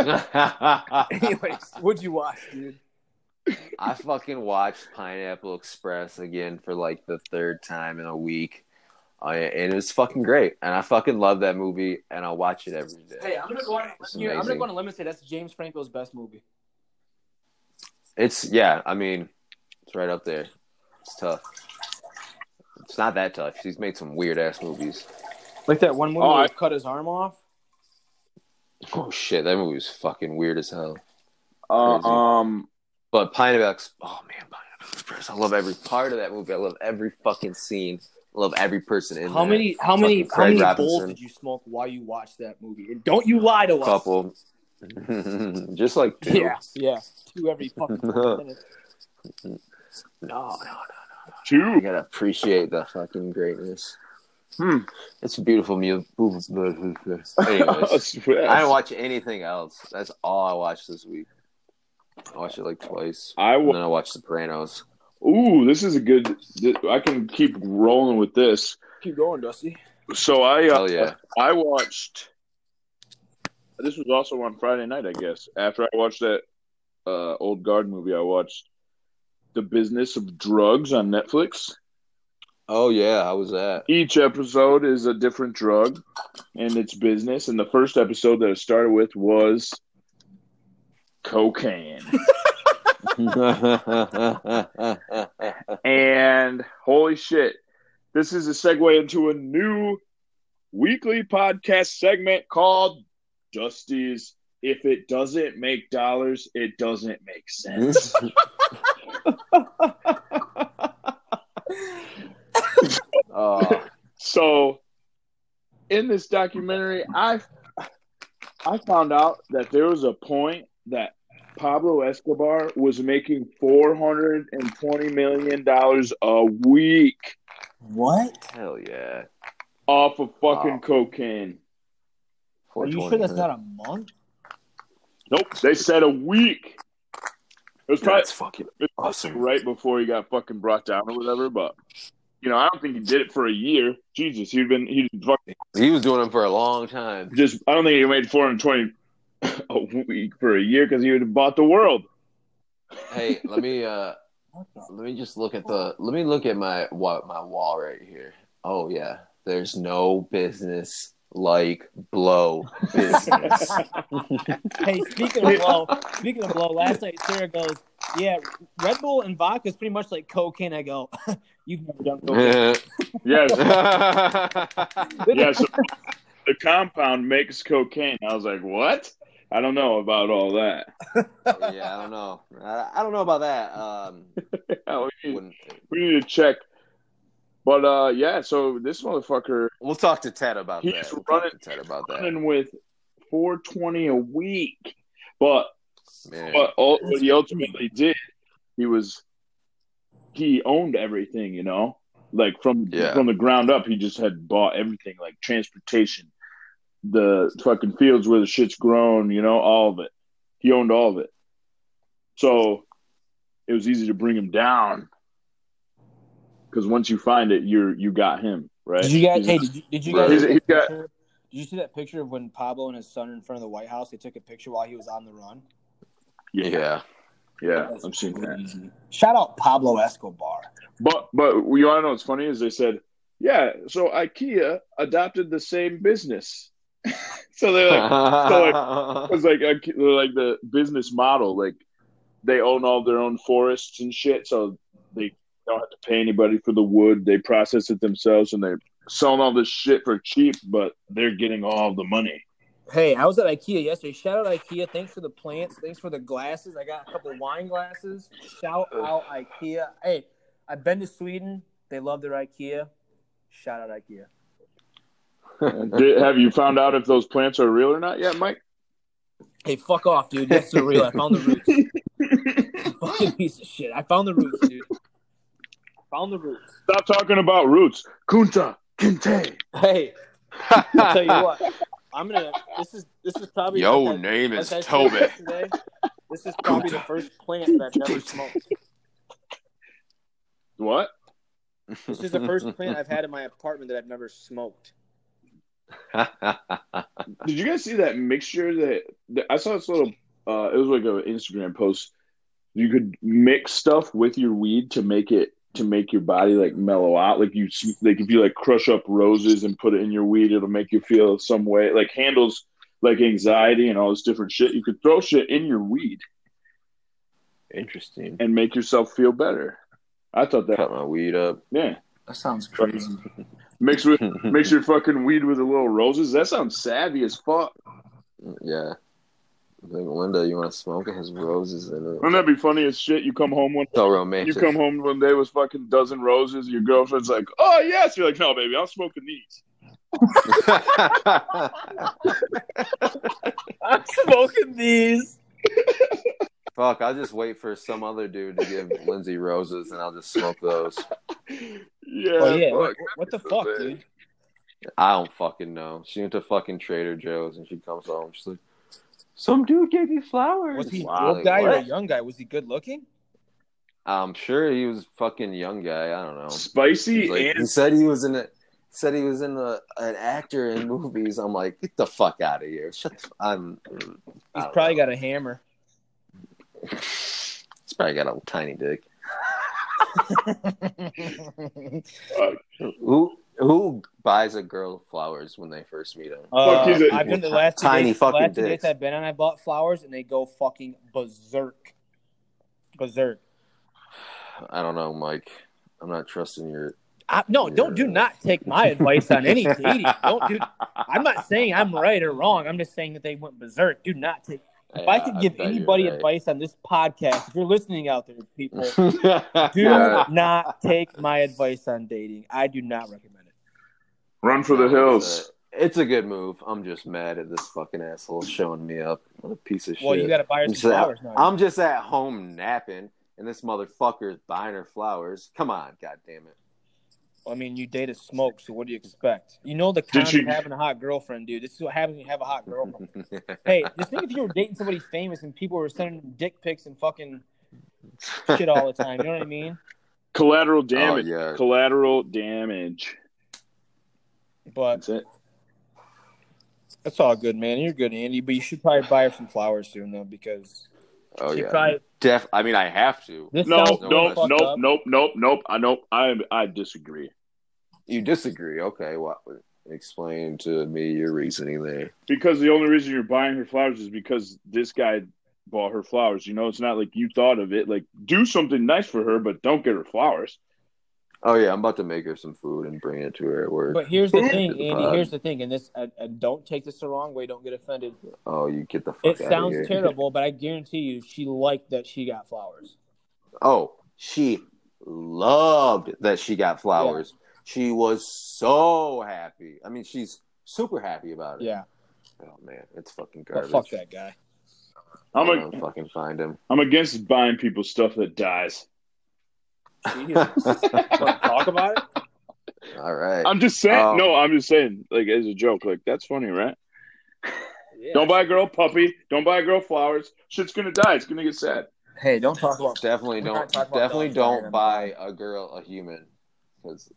A: Uh,
C: Anyways, what'd you watch, dude?
D: I fucking watched Pineapple Express again for like the third time in a week. Uh, and it was fucking great. And I fucking love that movie and I'll watch it every day.
C: Hey, I'm gonna go on.
D: It's
C: You know, I'm gonna
D: amazing.
C: go on a limb and say that's James Franco's best movie.
D: It's yeah, I mean, it's right up there. It's tough. It's not that tough. He's made some weird ass movies.
C: Like that one movie
A: Oh,
C: where
A: I-
C: he cut his arm off.
D: Oh shit, that movie was fucking weird as hell.
A: Uh,
D: Crazy.
A: um,
D: But Pineapple Ex- oh man, Pineapple Express. I love every part of that movie. I love every fucking scene. I love every person in
C: How
D: there.
C: many? How many?
D: Fucking
C: How many
D: Craig
C: bowls
D: Robinson.
C: did you smoke while you watched that movie? And don't you lie to us.
D: couple? Just like two.
C: Yeah, yeah. Two every fucking
D: no,
C: minute.
D: no, no. You
A: two.
D: gotta appreciate the fucking greatness.
A: Hmm.
D: It's a beautiful mu- Anyways, I didn't watch anything else. That's all I watched this week. I watched it like twice.
A: I
D: And
A: wa-
D: then I watched Sopranos.
A: Ooh, this is a good. th- I can keep rolling with this.
C: Keep going, Dusty.
A: So I, uh,
D: Hell yeah.
A: I watched. This was also on Friday night, I guess. After I watched that uh, old guard movie, I watched The Business of Drugs on Netflix.
D: Oh yeah, how was that?
A: Each episode is a different drug and its business. And the first episode that it started with was cocaine. and holy shit, this is a segue into a new weekly podcast segment called Dusty's. If it doesn't make dollars, it doesn't make sense.
D: oh,
A: so in this documentary i i found out that there was a point that pablo escobar was making 420 million dollars a week
C: What?
D: hell yeah.
A: off of fucking
D: Wow.
A: cocaine
C: Are you sure that's not a month?
A: nope they said a week it was probably
D: That's fucking
A: It's
D: awesome.
A: right before he got fucking brought down or whatever but you know i don't think he did it for a year jesus he'd been he'd fucking
D: He was doing them for a long time.
A: just I don't think he made 420 a week for a year because he would have bought the world.
D: Hey, let me uh
C: What the?
D: let me just look at the let me look at my what my wall right here. Oh yeah. There's no business like blow business.
C: Hey, speaking of blow, speaking of blow, last night Sarah goes, "Yeah, Red Bull and vodka is pretty much like cocaine." I go, "You've never done cocaine."
A: Yes,
D: That's
A: yes. the compound makes cocaine. I was like, what? I don't know about all that.
D: yeah, I don't know. I, I don't know about that. Um,
A: Yeah, we, need,
D: when-
A: we need to check. But uh, yeah, so this motherfucker
D: we'll talk to Ted about
A: He's
D: that. We'll
A: running-
D: talk to Ted about that.
A: running with 420 a week, but
D: Man.
A: but all, what he ultimately did, he was he owned everything, you know, like from
D: Yeah.
A: from the ground up. He just had bought everything, like transportation, the fucking fields where the shit's grown, you know, all of it. He owned all of it, so it was easy to bring him down because once you find it, you're you got him right.
C: Did you guys?
A: He's-
C: Hey, did you, did you
D: Right.
C: guys? see
A: He's-
C: that
A: he's got-
C: picture? Did you see that picture of when Pablo and his son are in front of the White House? They took a picture while he was on the run.
A: yeah,
D: yeah.
A: yeah,
C: That's
A: I'm seeing that.
C: crazy. Shout out Pablo Escobar.
A: But but you want to know what's funny is they said, yeah, so IKEA adopted the same business. so they're like, it's like Ike- they're like the business model, like they own all their own forests and shit, so they don't have to pay anybody for the wood. They process it themselves, and they're selling all this shit for cheap, but they're getting all the money.
C: Hey, I was at IKEA yesterday. Shout out IKEA. Thanks for the plants. Thanks for the glasses. I got a couple wine glasses. Shout out IKEA. Hey, I've been to Sweden. They love their IKEA. Shout out IKEA.
A: Did, have you found out if those plants are real or not yet, Mike?
C: Hey, fuck off, dude. That's the real. I found the roots. Fucking piece of shit. I found the roots, dude. Found the roots.
A: Stop talking about roots, Kunta Kinte.
C: Hey, I'll tell you what. I'm gonna. This is this is probably
D: Yo,
C: like I-
D: name is
C: like I said
D: Tobin.
C: yesterday, This is probably the first plant that I've never smoked.
A: What?
C: This is the first plant I've had in my apartment that I've never smoked.
A: Did you guys see that mixture that, that I saw this little uh it was like an Instagram post. You could mix stuff with your weed to make it to make your body like mellow out. Like you s- like if you like crush up roses and put it in your weed, it'll make you feel some way. Like handles like anxiety and all this different shit. You could throw shit in your weed
D: Interesting.
A: and make yourself feel better. I thought that
D: Cut my weed up.
A: yeah.
C: That sounds
A: crazy. Mix with mix your fucking weed with a little roses. That sounds savvy as fuck.
D: yeah. Like Linda, you want to smoke? It has roses in it.
A: Wouldn't that be funny as shit? You come home one
D: So
A: You
D: romantic.
A: come home one day with fucking dozen roses. Your girlfriend's like, "Oh yes," you're like, "No, baby, I'm smoking these."
C: I'm smoking these.
D: Fuck, I'll just wait for some other dude to give Lindsay roses, and I'll just smoke those.
A: Yeah,
C: Oh yeah.
A: fuck.
C: What, what the fuck, dude?
D: I don't fucking know. She went to fucking Trader Joe's, and she comes home. She's like, "Some dude gave you flowers."
C: Was he an
D: Wow,
C: old guy or a
D: what?
C: young guy? Was he good looking?
D: I'm sure he was fucking young guy. I don't know.
A: Spicy
D: He's like- he
A: and
D: said he was in a said he was in a, an actor in movies. I'm like, get the fuck out of here. Shut the, I'm
C: He's
D: I don't
C: probably
D: know.
C: got a hammer.
D: He's probably got a tiny dick. Who who buys a girl flowers when they first meet them?
C: Uh,
A: he's a-
C: I've been the last two
D: Tiny
C: dates,
D: fucking
C: last two
D: dicks.
C: dates I've been on. I bought flowers and they go fucking berserk, berserk.
D: I don't know, Mike. I'm not trusting your.
C: I, no, don't do not take my advice on any dating. Don't do. I'm not saying I'm right or wrong. I'm just saying that they went berserk. Do not take. If I could give anybody advice on this podcast, if you're listening out there, people, do
D: Yeah.
C: not take my advice on dating. I do not recommend it.
A: Run for the hills.
D: It's a good move. I'm just mad at this fucking asshole showing me up. What a piece of
C: Well,
D: shit.
C: you got to buy her
D: I'm
C: some
D: just,
C: flowers now.
D: I'm just at home napping, and this motherfucker is buying her flowers. Come on, goddamn it.
C: I mean, you dated smoke, so what do you expect? You know the
A: Did
C: con
A: you-
C: of having a hot girlfriend, dude. This is what happens when you have a hot girlfriend. hey, just think if you were dating somebody famous and people were sending them dick pics and fucking shit all the time. You know what I mean?
A: Collateral
D: Oh,
A: damage.
D: yeah.
A: Collateral damage.
C: But
A: That's it.
C: that's all good, man. You're good, Andy. But you should probably buy her some flowers soon, though, because
D: Oh,
C: she
D: yeah.
C: probably
D: Def- I mean, I have to.
C: this
A: No,
C: sounds
D: no,
C: really
A: nope,
C: fucked
A: nope,
C: up.
A: nope, nope, nope. I nope. I I disagree.
D: You disagree. Okay. What? Explain to me your reasoning there.
A: Because the only reason you're buying her flowers is because this guy bought her flowers. You know, it's not like you thought of it. Like, do something nice for her, but don't get her flowers.
D: Oh, yeah. I'm about to make her some food and bring it to her at work.
C: But here's the thing,
D: Good
C: Andy.
D: pod.
C: Here's the thing, and this and and don't take this the wrong way. Don't get offended.
D: oh, you get the fuck
C: It
D: outta here.
C: sounds terrible, but I guarantee you, she liked that she got flowers.
D: Oh, she loved that she got flowers. She was so happy. I mean, she's super happy about it.
C: Yeah,
D: Oh, man. It's fucking
C: but
D: garbage.
C: fuck that guy.
A: I'm
D: I'm
A: a,
D: going to fucking find him.
A: I'm against buying people stuff that dies.
C: Talk about it.
D: All right.
A: I'm just saying.
D: Um,
A: no, I'm just saying. Like as a joke. Like that's funny, right?
C: Yeah.
A: Don't buy a girl puppy. Don't buy a girl flowers. Shit's gonna die. It's gonna get sad.
C: Hey, don't talk about
D: definitely
C: We're not
D: don't
C: talking about
D: definitely
C: dogs dying on
D: don't
C: the
D: buy a girl a human because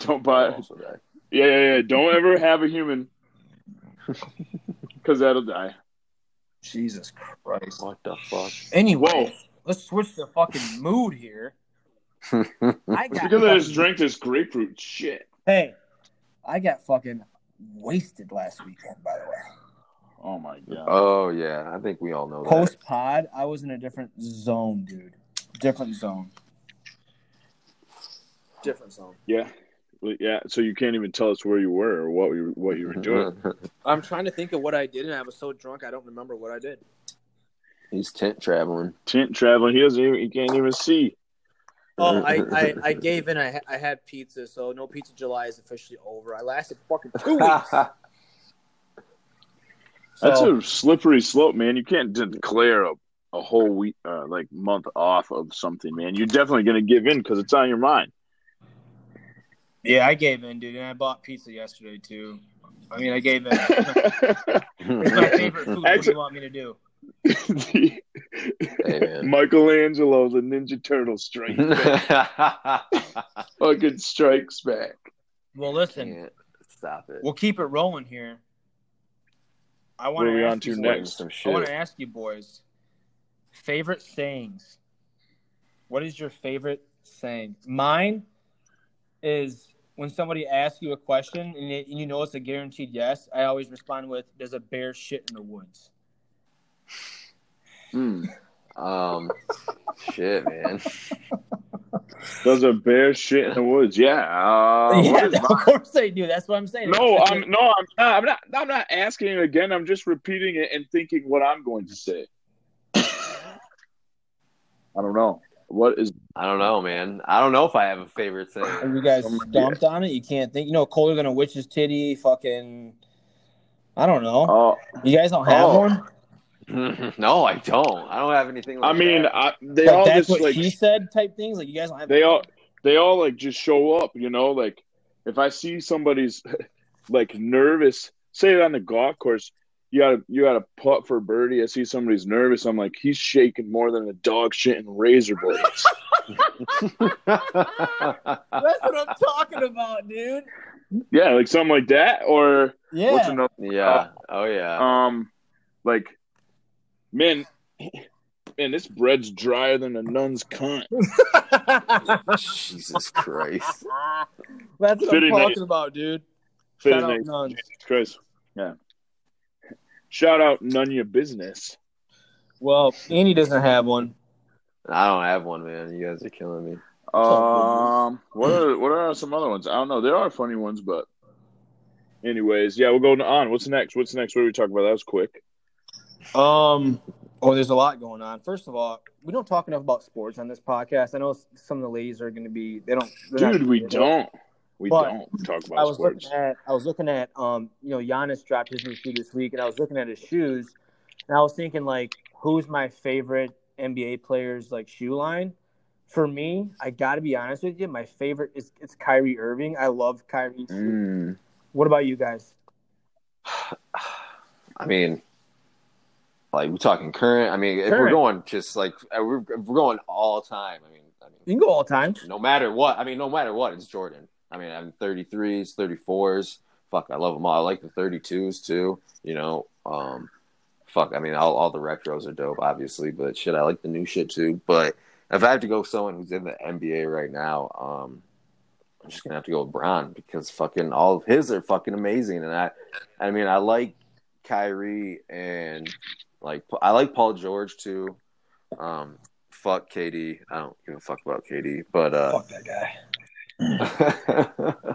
A: Don't buy.
D: Oh.
A: Yeah, yeah, yeah. Don't ever have a human, because that'll die.
C: Jesus Christ.
D: What the fuck?
C: Anyway,
A: Whoa.
C: let's switch the fucking mood here. I got
A: Because I just
C: fucking-
A: drank this grapefruit shit.
C: Hey, I got fucking wasted last weekend. By the way,
A: Oh my god.
D: Oh yeah, I think we all know
C: post pod, I was in a different zone, dude. Different zone. Different zone.
A: Yeah. Well, Yeah. So you can't even tell us where you were or what you what you were doing.
D: that.
C: I'm trying to think of what I did, and I was so drunk I don't remember what I did.
D: He's tent traveling.
A: Tent traveling. He doesn't. Even, he can't even see.
C: Oh, I, I, I gave in. I, ha- I had pizza, so no pizza July is officially over. I lasted fucking two weeks.
A: That's
C: So-
A: a slippery slope, man. You can't de- declare a, a whole week, uh, like month off of something, man. You're definitely gonna give in because it's on your mind.
C: Yeah, I gave in, dude, and I bought pizza yesterday too. I mean, I gave in. it's
A: hey,
C: my favorite food. What do
A: Actually-
C: you want me to do?
D: man.
A: Michelangelo, the Ninja Turtle strike back. fucking strikes back.
C: Well, listen,
D: Can't stop it.
C: we'll keep it rolling here. I
A: What
C: want
A: are we
C: to
A: on
C: ask
A: to
C: you.
D: Snorting
A: next?
D: Some
C: I want to
D: shit.
C: ask you boys favorite sayings. What is your favorite saying? Mine is when somebody asks you a question and, it, and you know it's a guaranteed yes. I always respond with, "There's a bear shit in the woods."
A: Hmm.
D: Um, shit, man.
A: Does a bear shit in the woods? Yeah. Uh, what
C: yeah,
A: is
C: of course they do. That's what I'm saying.
A: No, I'm no, I'm not. I'm not. I'm not asking it again. I'm just repeating it and thinking what I'm going to say. I don't know what is.
D: I don't know, man. I don't know if I have a favorite thing.
C: Are you guys
A: I'm-
C: stumped on it? You can't think. You know, colder than a witch's titty. Fucking. I don't know.
A: Oh,
C: You guys don't have
A: oh.
C: one.
D: no, I don't. I don't have anything.
A: I
D: Like
A: mean,
D: that.
A: I, they
C: Like,
A: all
C: that's
A: just
C: what
A: like
C: she said. Type things like you guys don't have.
A: they all they all like just show up. You know, like if I see somebody's like nervous, say it on the golf course. You gotta you gotta putt for birdie. I see somebody's nervous. I'm like, he's shaking more than a dog shit in razor blades.
C: That's what I'm talking about, dude.
A: yeah, like something like that. Or
C: Yeah.
A: what's another?
D: um, yeah. Oh yeah.
A: um like man man, this bread's drier than a nun's cunt.
D: Jesus Christ.
C: That's what
A: Fitting
C: I'm talking
A: name.
C: about, dude.
A: Fitting
C: Shout out
A: name.
C: nuns.
A: Jesus Christ. Yeah. Shout out none your business.
C: Well, Andy doesn't have one.
D: I don't have one, man. You guys are killing me.
C: all
A: Um, what are what are some other ones? I don't know. There are funny ones, but anyways, yeah, we'll go on. What's next? What's next? What are we talking about? That was quick.
C: Um, oh, there's a lot going on. First of all, we don't talk enough about sports on this podcast. I know some of the ladies are going to be they don't. they're
A: Dude,
C: not-
A: we don't. We
C: But
A: don't talk
C: I
A: about
C: was
A: sports.
C: looking at I was looking at um you know Giannis dropped his new shoe this week, and I was looking at his shoes, and I was thinking like, who's my favorite NBA players like shoe line? For me, I got to be honest with you, my favorite is it's Kyrie Irving. I love Kyrie.
D: Mm.
C: What about you guys?
D: I mean, like we're talking current. I mean, if we're
C: Current.
D: going just like if we're, if we're going all time. I mean, I mean,
C: You can go all time.
D: no matter what. I mean, no matter what, it's Jordan. I mean, I'm 33s, 34s. Fuck, I love them all. I like the 32s too. You know, um, fuck. I mean, all, all the retros are dope, obviously, but shit, I like the new shit too. But if I have to go with someone who's in the NBA right now, um, I'm just gonna have to go with Bron because fucking all of his are fucking amazing. And I, I mean, I like Kyrie and like I like Paul George too. Um, fuck KD. I don't give a fuck about KD, but uh,
C: Fuck that guy.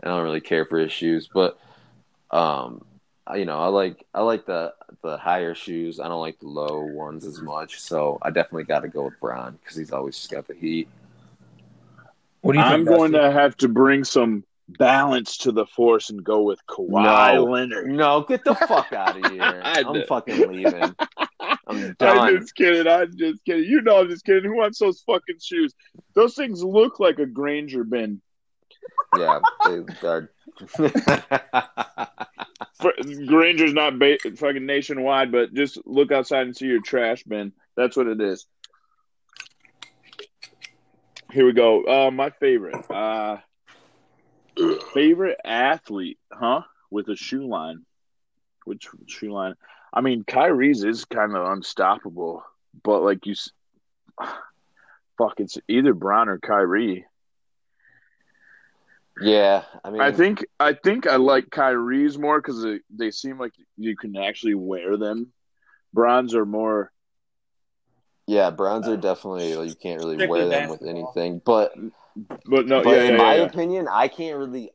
D: I don't really care for his shoes, but um, I- you know, I like I like the the higher shoes. I don't like the low ones as much. So I definitely got to go with Bron because he's always just got the heat.
C: What do you?
A: I'm
C: think,
A: going
C: Dusty?
A: to have to bring some balance to the force and go with Kawhi
D: No.
A: Leonard.
D: No, get the fuck out of here!
A: I
D: I'm
A: did.
D: fucking leaving. I'm
A: I'm
D: done.
A: just kidding. I'm just kidding. You know, I'm just kidding. Who wants those fucking shoes? Those things look like a Granger bin.
D: Yeah, they, they're-
A: For, Granger's not ba- fucking nationwide, but just look outside and see your trash bin. That's what it is. Here we go. Uh, my favorite, uh, favorite athlete, huh? With a shoe line. Which shoe line? I mean, Kyrie's is kind of unstoppable, but like you, s- fuck, it's either Brown or Kyrie.
D: yeah, I mean,
A: I think I think I like Kyrie's more because they, they seem like you can actually wear them. Bronze are more
D: yeah, Browns are definitely like, you can't really
C: Strictly
D: wear them with
C: basketball.
D: anything, but
A: But no,
D: but
A: yeah,
D: in
A: yeah,
D: my
A: yeah.
D: opinion, I can't really,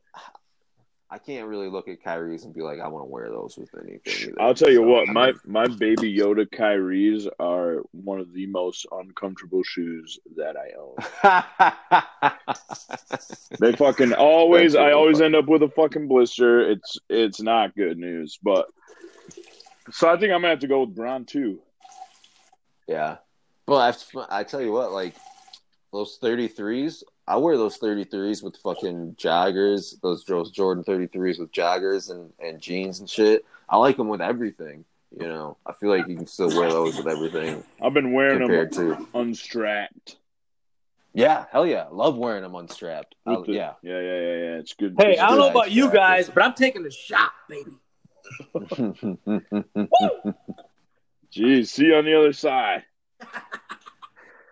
D: I can't really look at Kyrie's and be like, I want to wear those with anything. either.
A: I'll tell you
D: So,
A: what,
D: I
A: my
D: mean,
A: my baby Yoda Kyrie's are one of the most uncomfortable shoes that I own. They fucking always,
D: That's
A: I
D: really
A: always
D: funny.
A: end up with a fucking blister. It's it's not good news, but so I think I'm gonna have to go with Bron too.
D: yeah, but I, I tell you what, like those thirty threes, I wear those thirty threes with fucking joggers, those Jo- Jordan thirty threes with joggers and and jeans and shit. I like them with everything. You know, I feel like you can still wear those with everything
A: I've been wearing
D: compared
A: them
D: to.
A: unstrapped.
D: Yeah, hell yeah, love wearing them unstrapped. I,
A: With the-
D: Oh, yeah,
A: yeah, yeah, yeah, yeah. It's good.
C: Hey,
A: it's
C: I don't
A: good.
C: know about you guys, but I'm taking a shot, baby.
A: Jeez, see you on the other side.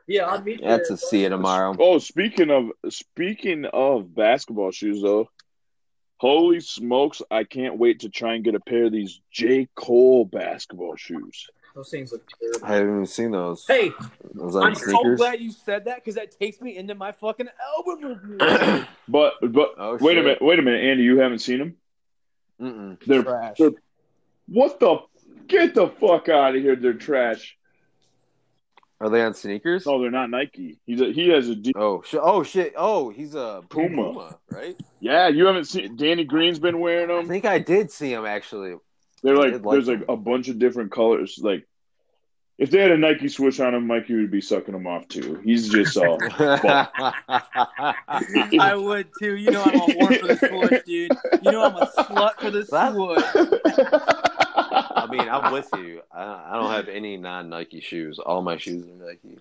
C: Yeah, I'll meet
D: that's a see you tomorrow.
A: Oh, speaking of speaking of basketball shoes, though, holy smokes! I can't wait to try and get a pair of these J. Cole basketball shoes.
C: Those things look terrible.
D: I haven't even seen those.
C: Hey,
D: Those on
C: I'm so
D: sneakers.
C: glad you said that because that takes me into my fucking album review.
A: But but
D: Oh,
A: wait a
D: shit.
A: minute, wait a minute, Andy, you haven't seen them?
D: Mm-mm.
A: They're
C: Trash.
A: what the get the fuck out of here! They're trash.
D: Are they on sneakers?
A: No, they're not Nike. He's a, he has a D-
D: Oh shit! Oh shit! Oh, he's a
A: Puma.
D: right?
A: yeah. You haven't seen Danny Green's been wearing
D: I
A: them.
D: think I did see him actually.
A: They're
D: I
A: like,
D: did like
A: there's
D: them.
A: like a bunch of different colors. Like if they had a Nike switch on him, Mikey would be sucking them off too. He's just all.
D: That's
C: I would too. You know I'm on board for the swoosh, dude. You know I'm a slut for the
D: That-
C: swoosh.
D: I mean, I'm with you. I, I don't have any non Nike shoes. All my shoes are Nike.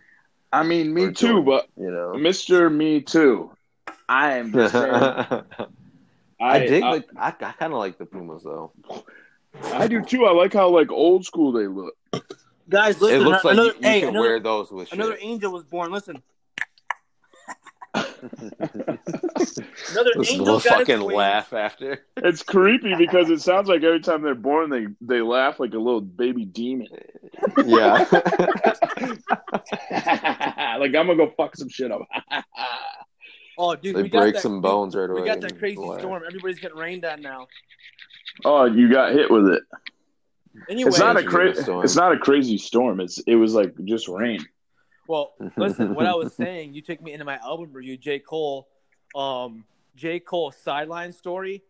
A: I mean, me
D: Or
A: too,
D: Jordan.
A: but
D: You know.
A: Mister Me Too. I am the same. I,
D: I,
A: I,
D: dig.
A: I, uh,
D: like, I, I kind of like the Pumas though.
A: do too. I like how like old school they look.
C: Guys, listen.
D: it looks like
C: another,
D: you, you
C: hey,
D: can
C: another,
D: wear those with shit.
C: another angel was born. Listen, another
D: Listen to
C: angel
D: the
C: got its
D: fucking
C: wings.
D: laugh after.
A: It's creepy because it sounds like every time they're born, they they laugh like a little baby demon.
D: Yeah.
A: like I'm gonna go fuck some shit up.
C: Oh, dude,
D: they
C: we got
D: break
C: that,
D: some bones right
C: We,
D: away.
C: we got that crazy
D: Laugh.
C: storm. Everybody's getting rained on now.
A: oh, you got hit with it.
C: Anyway,
A: It's not a
D: Anyway.
A: crazy. It's not a crazy storm. It's it was like just rain.
C: Well, listen, what I was saying, you took me into my album review, J. Cole, um, J. Cole sideline story,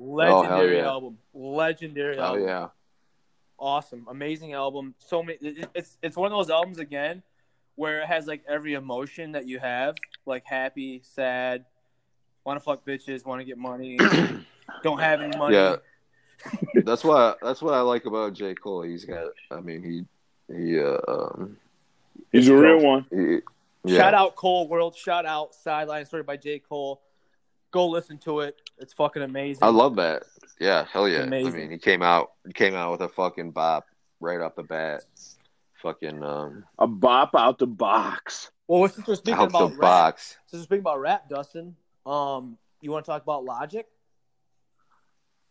D: Oh, hell
C: legendary
D: yeah.
C: album, legendary
D: Oh
C: album,
D: yeah.
C: awesome, amazing album. So many, it- it- it's it's one of those albums again where it has like every emotion that you have, like happy, sad, want to fuck bitches, want to get money, don't have any money.
D: Yeah. That's what that's what I like about J. Cole. He's got I mean he he uh um
A: He's a real one.
D: he, yeah.
C: Shout out Cole World, shout out sideline story by J. Cole. Go listen to it. It's fucking amazing.
D: I love that. Yeah, hell yeah.
C: Amazing.
D: I mean he came out he came out with a fucking bop right off the bat. Fucking um
A: A bop out the box.
C: well, since we're speaking
D: out the
C: about rap,
D: box.
C: Since we're speaking about rap, Dustin, um, you want to talk about Logic?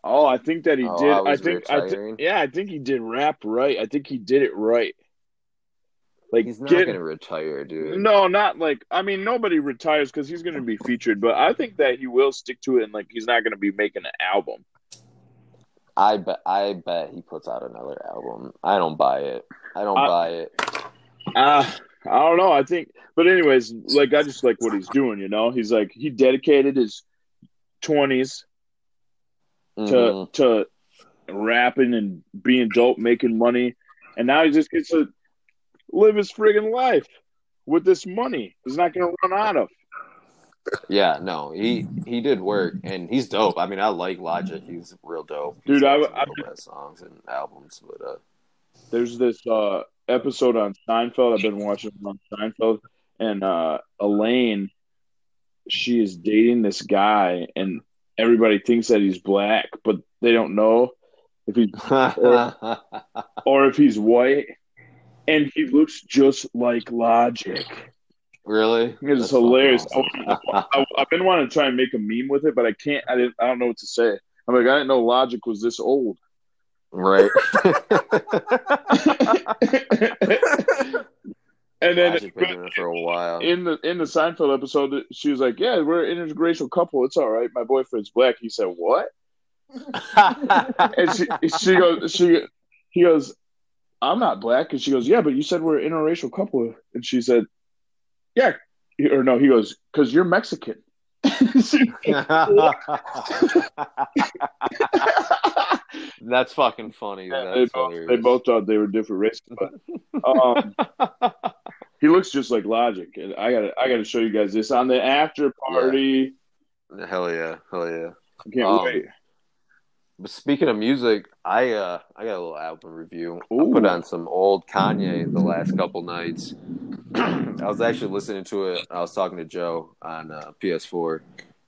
A: Oh, I think that he
D: Oh,
A: did.
D: I
A: I,
D: was
A: think. I thi-
D: retiring.
A: yeah, I think he did rap right. I think he did it right. Like
D: He's not
A: get-
D: gonna retire, dude.
A: No, not like I mean nobody retires because he's going to be featured, but I think that he will stick to it and like he's not going to be making an album.
D: I bet I bet he puts out another album. I don't buy it. I don't
A: I-
D: buy it.
A: Uh, I don't know. I think, but anyways, like I just like what he's doing. You know, he's like he dedicated his twenties
D: Mhm.
A: to to rapping and being dope, making money, and now he just gets to live his friggin' life with this money. He's not going to run out of.
D: Yeah, no, he he did work, and he's dope. I mean, I like Logic; he's real dope.
A: Dude,
D: He's
A: I-
D: got some
A: I-
D: dope ass songs and albums, but uh,
A: there's this uh, episode on Seinfeld. I've been watching it on Seinfeld, and uh, Elaine, she is dating this guy, and everybody thinks that he's black, but they don't know if he or if he's white, and he looks just like Logic.
D: really,
A: It's
D: That's
A: hilarious.
D: fucking awesome.
A: I, I've been wanting to try and make a meme with it, but I can't. I didn't. I don't know what to say. I'm like, I didn't know Logic was this old.
D: right?
A: and then,
D: Logic been doing it for a while.
A: in the in the Seinfeld episode, she was like, "Yeah, we're an interracial couple. It's all right. My boyfriend's black." He said, "What?" And she she goes she he goes, "I'm not black." And she goes, "Yeah, but you said we're an interracial couple." And she said, "Yeah." Or no, he goes, "Cause you're Mexican."
D: That's fucking funny. That's
A: they, both,
D: hilarious.
A: they both thought they were different races, but um, he looks just like Logic. And I got to I got to show you guys this on the after party.
D: Hell yeah! Hell yeah!
A: I can't
D: Um,
A: wait.
D: But speaking of music, I uh I got a little album review.
A: Ooh.
D: I put on some old Kanye the last couple nights. I was actually listening to it. I was talking to Joe on uh, PS4,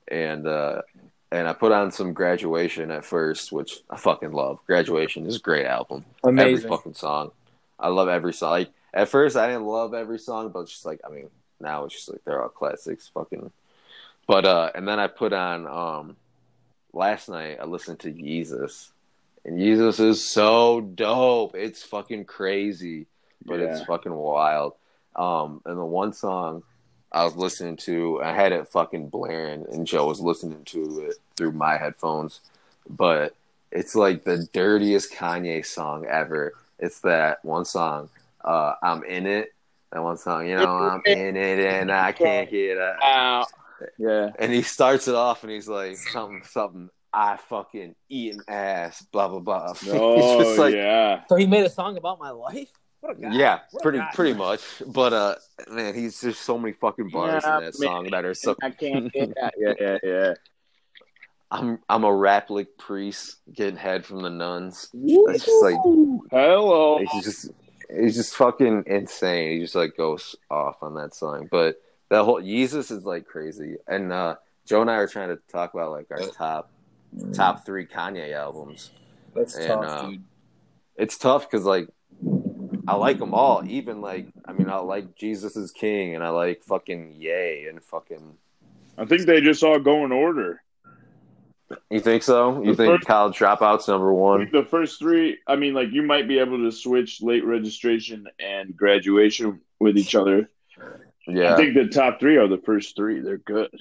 D: and uh, and I put on some Graduation at first, which I fucking love. Graduation is a great album. Every fucking song, I love every song. Like at first, I didn't love every song, but it's just like I mean, now it's just like they're all classics. Fucking, but uh, and then I put on um last night I listened to Jesus, and Jesus is so dope. It's fucking crazy, but it's
A: Yeah.
D: fucking wild. Um, and the one song I was listening to, I had it fucking blaring, and Joe was listening to it through my headphones, but it's like the dirtiest Kanye song ever. It's that one song, uh, "I'm in it." That one song, you know, I'm in it and I can't get out
A: yeah.
D: and he starts it off and he's like something something I fucking eating ass blah blah blah.
A: Oh
D: it's just like
A: yeah.
C: So he made a song about my life. What a guy.
D: yeah,
C: What a
D: pretty
C: guy.
D: pretty much. But uh man, he's just so many fucking bars
A: Yeah,
D: in that
A: man.
D: song that are so
A: I can't get that. Yeah, yeah, yeah.
D: I'm I'm a Raplik priest getting head from the nuns. It's just like
A: Woo! Hello.
D: he's just he's just fucking insane. He just like goes off on that song. But that whole Jesus is like crazy. And uh Joe and I are trying to talk about like our top top three Kanye albums.
C: That's
D: And,
C: tough,
D: uh,
C: dude.
D: it's tough because like I like them all. Even like, I mean, I like Jesus is King, and I like fucking Yay and fucking.
A: I think they just all go in order.
D: You think so? You
A: The
D: think
A: first-
D: college dropouts number one?
A: The first three, I mean, like you might be able to switch late registration and graduation with each other. I
D: Yeah,
A: think the top three are the first three. They're good.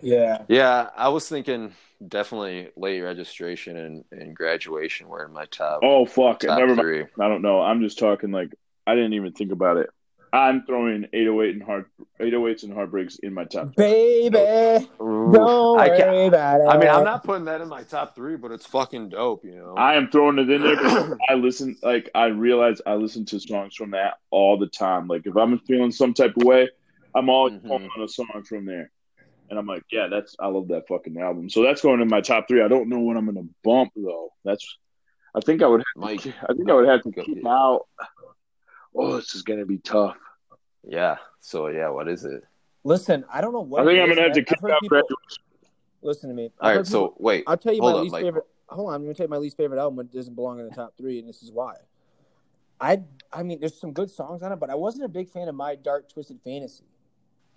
C: Yeah.
D: yeah. I was thinking definitely late registration and, and graduation were in my top
A: Oh fuck!
D: top
A: Never mind.
D: three.
A: I don't know. I'm just talking like I didn't even think about it. I'm throwing 808 and heart 808s and heartbreaks in my top.
C: Baby,
D: Ooh,
C: don't
D: I, can't-
C: worry about it.
D: I mean, I'm not putting that in my top three, but it's fucking dope, you know.
A: I am throwing it in there. because I listen, like I realize I listen to songs from that all the time. Like if I'm feeling some type of way, I'm always
D: Mhm.
A: pulling on a song from there, and I'm like, yeah, that's I love that fucking album. So that's going in my top three. I don't know what I'm gonna bump though. That's I think I would.
D: Mike,
A: I think I would have to
D: Go-
A: keep out. Oh, this is gonna be tough.
D: yeah. So yeah, what is it?
C: Listen, I don't know what.
A: I think
C: it
A: I'm
C: is,
A: gonna have
C: man.
A: to
C: I've
A: keep
C: heard
A: out
C: people-
A: graduation.
C: Listen to me. I've
D: All
C: heard
D: right, so wait,
C: I'll tell you
D: Hold
C: my
D: up,
C: least
D: Michael.
C: favorite. Hold on, I'm gonna tell you my least favorite album. It doesn't belong in the top three, and this is why. I I mean, there's some good songs on it, but I wasn't a big fan of my Dark Twisted Fantasy.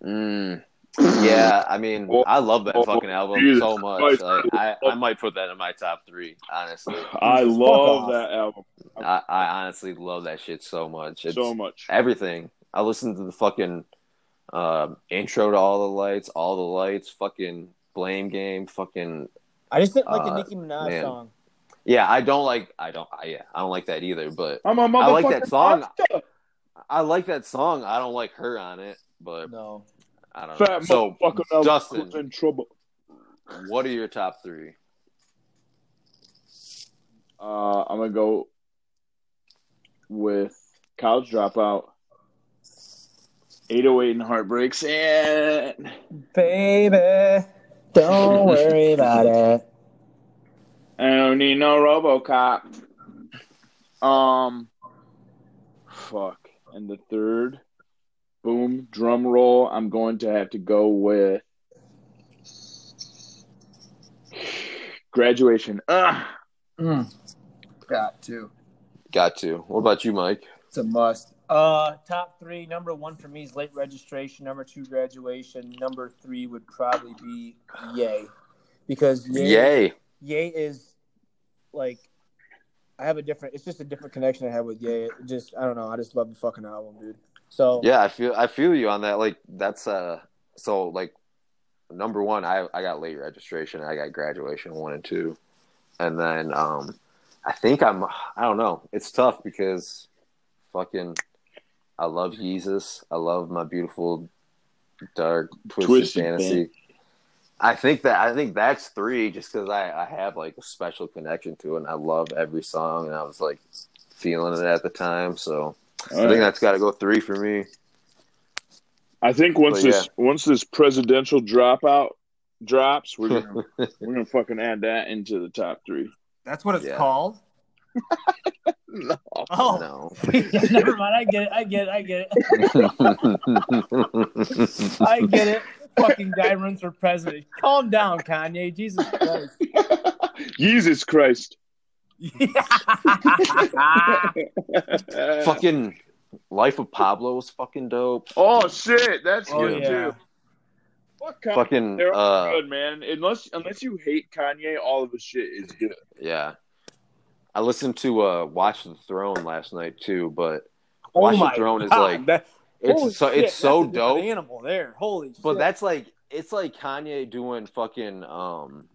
D: Mm, yeah, I mean,
A: Well,
D: I love that
A: well,
D: fucking album
A: Oh, Jesus
D: so much.
A: Christ.
D: Like, I, I might put that in my top three, honestly.
A: I
C: Jesus, fuck
A: love
C: off.
A: that album
D: I, I honestly love that shit so much. It's
A: so much.
D: everything. I listened to the fucking um, intro to All the Lights, All the Lights, fucking Blame Game, fucking
C: I just didn't like the
D: Uh,
C: Nicki Minaj
D: man.
C: song.
D: yeah. I don't like I don't I, yeah I don't like that either. But
A: I'm a motherfucker.
D: I like that song.
A: Monster.
D: I like that song. I don't like her on it, but
C: No,
D: I don't know.
A: Fat
D: So
A: motherfucker. I was
D: Dustin.
A: in trouble.
D: what are your top three?
A: Uh, I'm gonna go with college dropout, 808 and heartbreaks, and
C: baby, don't worry about it.
A: I don't need no RoboCop. Um, fuck. And the third, boom, drum roll. I'm going to have to go with graduation. Ah! Ugh.
C: Hmm. Got to.
D: Got to. What about you, Mike?
C: It's a must. Uh, top three. Number one for me is late registration. Number two, graduation. Number three would probably be Yay, because Yay,
D: Yay.
C: Yay is like I have a different. It's just a different connection I have with Yay. It just I don't know. I just love the fucking album, dude. So
D: Yeah, I feel I feel you on that. Like that's uh so like number one, I I got late registration, I got graduation one and two. And then um I think I'm I don't know. It's tough because fucking I love Jesus. I love my beautiful dark twisted,
A: Twisted
D: fantasy.
A: Fantasy.
D: I think that I think that's three just because I, I have like a special connection to it and I love every song and I was like feeling it at the time. So I think that's gotta go three for me.
A: I think once
D: But, yeah.
A: this once this presidential dropout drops, we're gonna we're gonna fucking add that into the top three.
C: that's what it's
D: Yeah.
C: called.
A: No.
C: Oh,
D: No.
C: never mind. I get it. I get it. I get it. I get it. Fucking guy runs for president. Calm down, Kanye. Jesus Christ.
A: Jesus Christ.
D: fucking Life of Pablo was fucking dope.
A: oh shit, that's
C: Oh,
A: good
C: yeah.
A: too. Fuck Kanye.
D: Fucking
A: They're all
D: uh
A: good, man. Unless unless you hate Kanye, all of his shit is good.
D: yeah. I listened to uh Watch the Throne last night too, but
C: oh
D: Watch
C: my
D: the Throne is
C: God,
D: like
C: that-
D: it's
C: Holy
D: so
C: shit,
D: it's so
C: that's a different
D: dope.
C: Animal there, holy shit!
D: But that's like it's like Kanye doing fucking um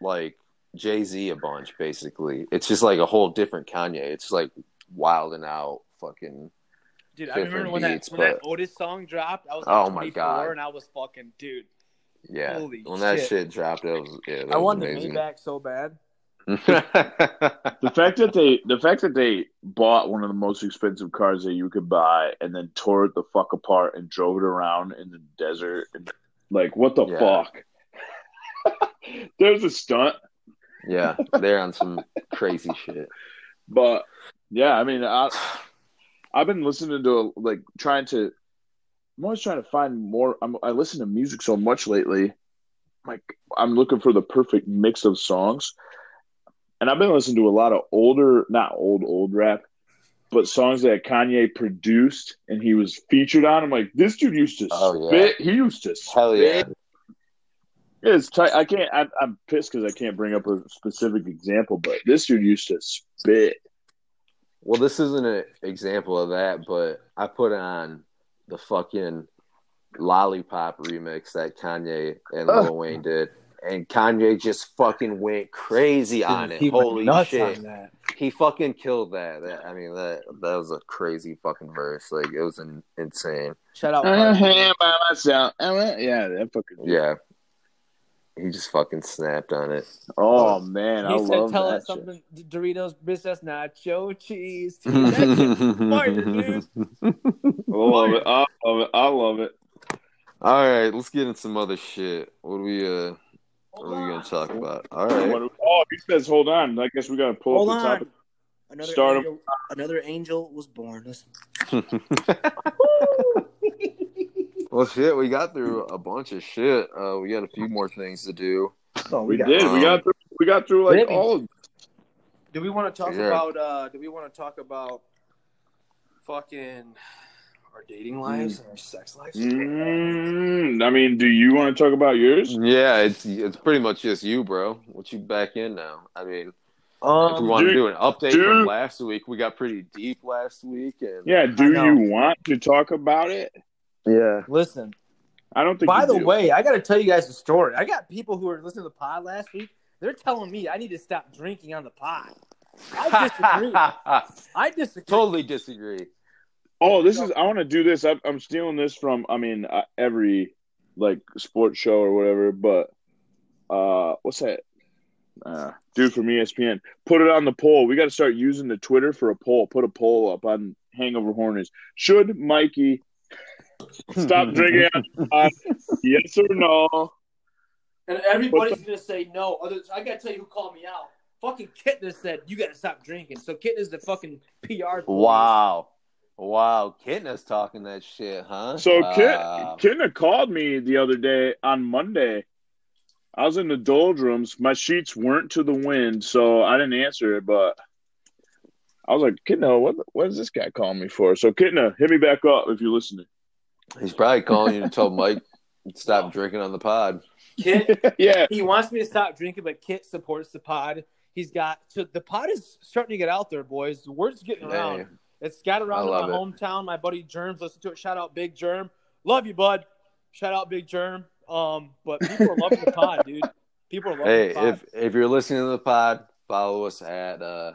D: like Jay Z a bunch basically. It's just like a whole different Kanye. It's like wilding out fucking
C: dude. I
D: different
C: remember when, that,
D: beats,
C: when that
D: but-
C: Otis song dropped. I was
D: Oh
C: like
D: my
C: 24
D: God.
C: and I was fucking dude.
D: yeah.
C: Holy
D: when that
C: shit.
D: shit dropped, it was yeah, that
C: I
D: was
C: wanted a
D: amazing.
C: Maybach so bad.
A: The fact that they the fact that they bought one of the most expensive cars that you could buy and then tore it the fuck apart and drove it around in the desert and like what the
D: Yeah.
A: fuck? There's a stunt,
D: yeah, they're on some crazy shit.
A: but yeah, I mean I I've been listening to like trying to I'm always trying to find more I'm, I listen to music so much lately. Like I'm looking for the perfect mix of songs. And I've been listening to a lot of older, not old old rap, but songs that Kanye produced and he was featured on. I'm like, this dude used to
D: Oh, yeah.
A: spit. He used to
D: Hell
A: spit.
D: yeah.
A: It's tight. I can't. I'm, I'm pissed because I can't bring up a specific example, but this dude used to spit.
D: Well, this isn't an example of that, but I put on the fucking lollipop remix that Kanye and Lil Wayne did, and Kanye just fucking went crazy on it.
C: He went
D: Holy
C: nuts
D: shit!
C: on that.
D: He fucking killed that. that. I mean, that that was a crazy fucking verse. Like it was in, insane.
C: Shout out.
A: Uh-huh, by myself. Uh-huh. Yeah, that fucking.
D: Yeah, he just fucking snapped on it.
A: Oh man, I
C: he said,
A: love
C: "Tell
A: that.
C: us
A: shit.
C: something, D- Doritos, business nacho cheese." That shit
D: Mm-hmm.
C: fire, dude.
D: All
A: Oh, I love it. I love it. I love it.
D: right, let's get into some other shit. What do we uh? What are we gonna talk about? All right.
A: Oh, he says, "Hold on." I guess we gotta pull
C: Hold
A: up the topic.
C: on. Another
A: Start 'em.
C: angel, another angel was born. Listen.
D: well, shit, we got through a bunch of shit. Uh, we got a few more things to do.
C: Oh,
A: We did. we got through. We got through like
C: Really?
A: all. Of
C: Do we want to talk
D: Yeah.
C: about? uh Do we want to talk about fucking our dating lives and our sex lives?
A: Mm, I mean, do you want to talk about yours?
D: Yeah, it's it's pretty much just you, bro. What you back in now? I mean, if we
C: Um,
D: want to
A: dude-
D: do an update
A: dude.
D: from last week, we got pretty deep last week, and
A: Yeah. Do
C: know.
A: you want to talk about it?
D: yeah,
C: listen.
A: I don't think.
C: By
A: you
C: the
A: do.
C: way, I got to tell you guys a story. I got people who were listening to the pod last week. They're telling me I need to stop drinking on the pod. I disagree. I disagree.
D: totally disagree.
A: Oh, this is. I want to do this. I, I'm stealing this from. I mean, uh, every like sports show or whatever. But uh, what's that? Uh, dude from ESPN. Put it on the poll. We got to start using the Twitter for a poll. Put a poll up on Hangover Hornets. Should Mikey stop drinking? on the pod? yes or no?
C: And everybody's gonna say no. Others, I gotta tell you who called me out. Fucking Kitna said you gotta stop drinking. So Kitna's the fucking PR. for
D: Wow, wow, Kitna's talking that shit, huh?
A: So
D: Wow.
A: Kit, Kitna called me the other day on Monday. I was in the doldrums. My sheets weren't to the wind, so I didn't answer it. But I was like, Kitna, what what is this guy calling me for? So Kitna, hit me back up if you're listening.
D: he's probably calling you to tell Mike stop drinking on the pod.
C: this. Kit.
A: yeah,
C: He wants me to stop drinking, but Kit supports the pod. He's got so the pod is starting to get out there, boys. The word's getting around.
D: Hey,
C: It's got
D: I
C: around in my
D: love it.
C: hometown. My buddy Germs listened to it. Shout out Big Germ. Love you, bud. Shout out Big Germ. Um, but people are loving the pod, dude. People are loving
D: hey,
C: the pod.
D: if if you're listening to the pod, follow us at uh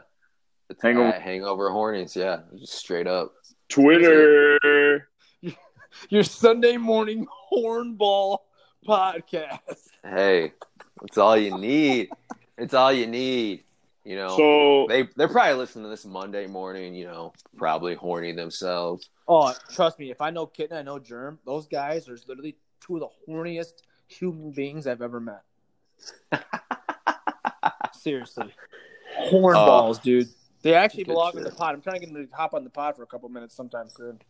D: it's
A: Hangover.
D: at Hangover Hornets. Yeah, just straight up.
A: Twitter.
C: Your Sunday morning hornball podcast.
D: Hey, it's all you need. it's all you need. You know,
A: So
D: they they're probably listening to this Monday morning. You know, probably horny themselves.
C: Oh, trust me, if I know Kitten, I know Germ. Those guys are literally two of the horniest human beings I've ever met. Seriously, hornballs, dude. They actually
D: Oh. Good
C: belong in
D: shit.
C: the pod. I'm trying to get them to hop on the pod for a couple minutes sometime soon.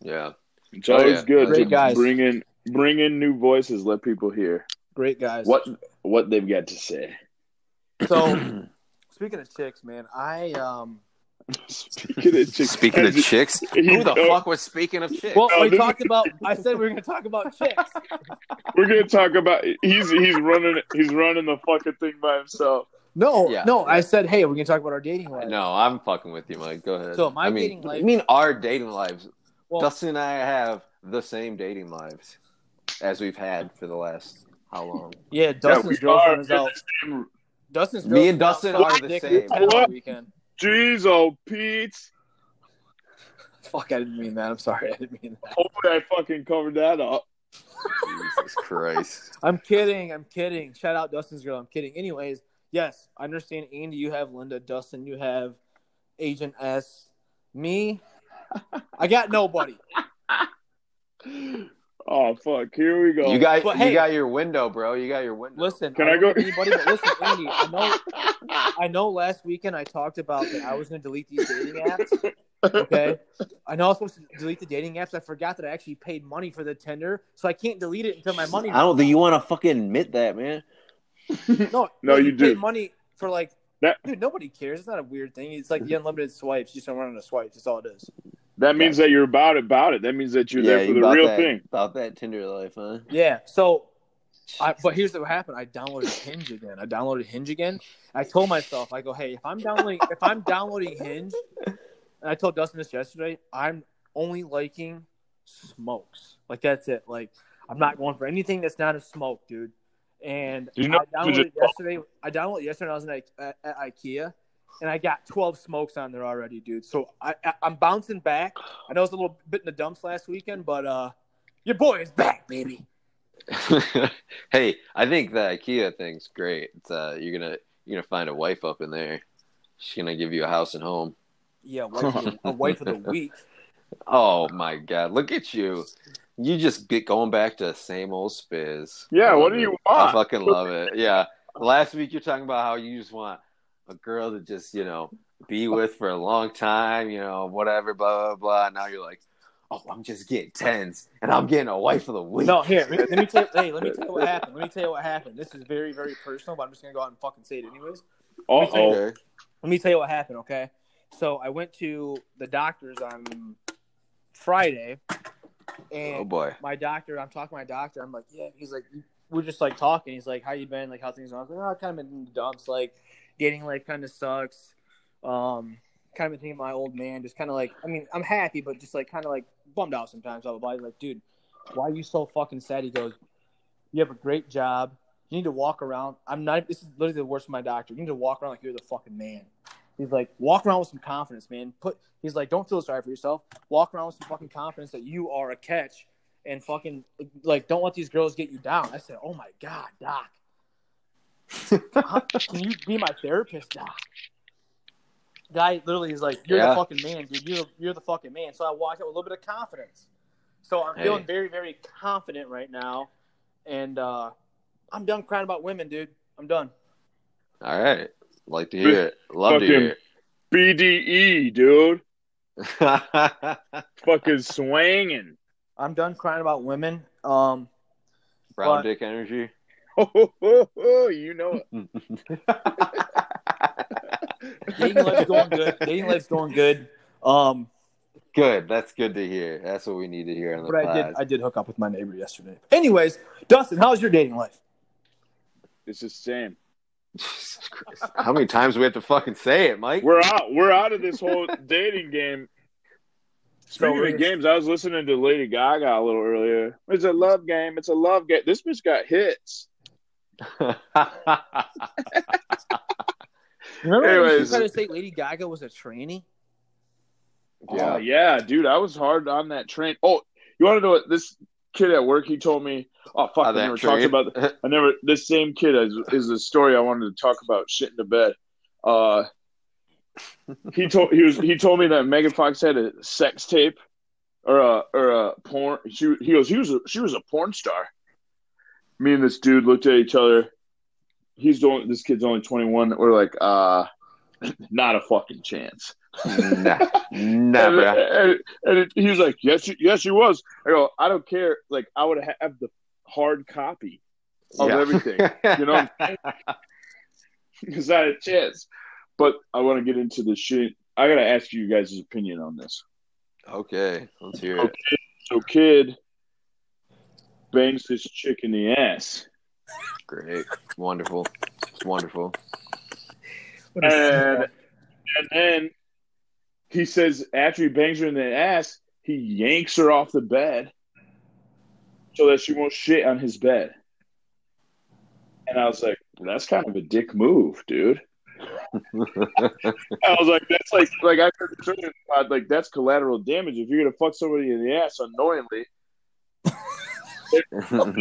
D: Yeah,
A: it's always
D: yeah.
A: good
C: Great
A: to
C: guys.
A: bring in bring in new voices. Let people hear
C: Great guys.
A: what what they've got to say.
C: So speaking of chicks, man, I um.
A: Speaking of chicks,
D: speaking of chicks, who the
A: Oh.
D: fuck was speaking of chicks?
C: Well,
A: No,
C: we
A: this-
C: talked about. I said we were going to talk about chicks.
A: we're gonna talk about. He's he's running he's running the fucking thing by himself.
C: No,
D: Yeah.
C: no. I said, hey, we're going to talk about our dating life.
D: no, I'm fucking with you, Mike. Go ahead.
C: So my
D: I mean,
C: dating life-
D: I mean, our dating lives.
C: Well-
D: Dustin and I have the same dating lives as we've had for the last how long?
C: Yeah, Dustin's
A: we
C: girlfriend
A: are.
C: is out. Dustin's
D: Me and
C: girlfriend out
D: Dustin
C: sucking
D: are the
C: dick in
D: same.
C: town all
A: What?
C: Weekend.
A: Jeez, oh Pete.
C: Fuck, I didn't mean that. I'm sorry, I didn't mean that.
A: Hopefully, I fucking covered that up.
D: Jesus Christ.
C: I'm kidding. I'm kidding. Shout out Dustin's girl. I'm kidding. Anyways, yes, I understand. Andy, you have Linda. Dustin, you have Agent S. Me, I got nobody.
A: Oh fuck! Here we go.
D: You got
C: But
D: you
C: hey-
D: got your window, bro. You got your window.
C: Listen,
A: Can I
C: I, don't
A: go-
C: have anybody, but listen, Andy, I know, I know. Last weekend I talked about that I was going to delete these dating apps. Okay, I know I was supposed to delete the dating apps. I forgot that I actually paid money for the Tinder, so I can't delete it until my money.
D: I don't think you want to fucking admit that, man.
C: No,
A: No, you
C: paid
A: do.
C: money for like
A: That-
C: Dude, nobody cares. It's not a weird thing. It's like the unlimited swipes. You just don't run out of swipes. That's all it is.
A: That means that you're about about it. That means that you're there for the
D: about
A: real
D: that,
A: thing.
D: About that Tinder life, huh?
C: Yeah. So, I, but here's what happened. I downloaded Hinge again. I downloaded Hinge again. I told myself, I go, hey, if I'm downloading, if I'm downloading Hinge, and I told Dustin this yesterday, I'm only liking smokes. Like that's it. Like I'm not going for anything that's not a smoke, dude. And
A: You know,
C: I
A: you
C: downloaded
A: just-
C: it yesterday. I downloaded it yesterday. When I was in, I- at, at IKEA, and I got 12 smokes on there already, dude. So I, I I'm bouncing back. I know it's a little bit in the dumps last weekend, but uh, your boy is back, baby.
D: hey, I think the IKEA thing's great. It's, uh, you're gonna you're gonna find a wife up in there. She's gonna give you a house and home.
C: Yeah, wife of the, a wife of the week.
D: Oh my god, look at you! You just get going back to the same old spiz.
A: Yeah,
D: I
A: what
D: love
A: do you
D: it. I
A: want?
D: fucking love it. Yeah, last week you're talking about how you just want a girl to just you know be with for a long time, you know, whatever, blah blah blah. Now you're like, oh, I'm just getting tens, and I'm getting a wife of the week.
C: No, here, let me tell. Hey, let me tell you what happened. Let me tell you what happened. This is very, very personal, but I'm just gonna go out and fucking say it anyways.
A: Uh oh.
D: Okay.
C: Let me tell you what happened. Okay, so I went to the doctor's on Friday,
D: Oh
C: and
D: boy.
C: my doctor. I'm talking to my doctor. I'm like, yeah. He's like, we're just like talking. He's like, how you been? Like, how things are? I was like, oh, I kind of been in the dumps. Like, dating life kind of sucks. Um, kind of been thinking of my old man. Just kind of like, I mean, I'm happy, but just like kind of like bummed out sometimes. Blah blah blah. He's like, dude, why are you so fucking sad? He goes, you have a great job. You need to walk around. I'm not. This is literally the worst of my doctor. You need to walk around like you're the fucking man. He's like, walk around with some confidence, man. Put. He's like, don't feel sorry for yourself. Walk around with some fucking confidence that you are a catch and fucking like don't let these girls get you down. I said, Oh my god, Doc. Huh? Can you be my therapist, Doc? Guy literally is like, You're
D: Yeah.
C: the fucking man, dude. You're you're the fucking man. So I walked out with a little bit of confidence. So I'm
D: Hey.
C: feeling very, very confident right now. And uh I'm done crying about women, dude. I'm done.
D: All right. Like to hear it. Love to
A: Fucking-
D: hear
A: BDE, E, dude.
D: it.
A: Fucking swanging.
C: I'm done crying about women. Um
D: Brown
C: But-
D: dick energy.
A: Oh, oh, oh, you know it.
C: dating life's going good. Dating life's going good. Um
D: Good. That's good to hear. That's what we need to hear on the
C: But I did,
D: pod.
C: I did hook up with my neighbor yesterday. Anyways, Dustin, how's your dating life?
A: It's the same.
D: Jesus Christ. How many times do we have to fucking say it, Mike?
A: We're out. We're out of this whole dating game. Speaking
C: we're
A: of
C: just-
A: games, I was listening to Lady Gaga a little earlier. It's a love game. It's a love game. This bitch got hits. when
C: Remember
A: you
C: when you
A: Anyways.
C: tried
A: tried
C: to say Lady Gaga was a tranny?
A: Yeah.
D: yeah.
A: Oh, yeah, dude, I was hard on that train. Oh, you want to know what this kid at work? He told me, "Oh fuck,
D: On
A: I
D: that
A: never
D: train.
A: talked about. I never. This same kid is, is the story I wanted to talk about. Shit in the bed. Uh, he told he was he told me that Megan Fox had a sex tape or a or a porn. She he goes he was a, she was a porn star. Me and this dude looked at each other. He's doing this kid's only twenty one. We're like, uh, not a fucking chance.
D: nah. Nah,
A: And,
D: bro.
A: and, and it, he was like, "Yes, she, yes, she was." I go, "I don't care. Like, I would have the hard copy of
D: Yeah.
A: everything. You know, it's not a chance." But I want to get into the shit. I gotta ask you guys' opinion on this.
D: Okay. Let's hear it.
A: Okay. So, kid bangs this chick in the ass,
D: Great. Wonderful. It's wonderful.
A: Uh, and and then he says after he bangs her in the ass, he yanks her off the bed so that she won't shit on his bed. And I was like, well, that's kind of a dick move, dude. I was like, that's like like I heard this earlier, Todd, like that's collateral damage if you're gonna fuck somebody in the ass unknowingly,
D: Uh,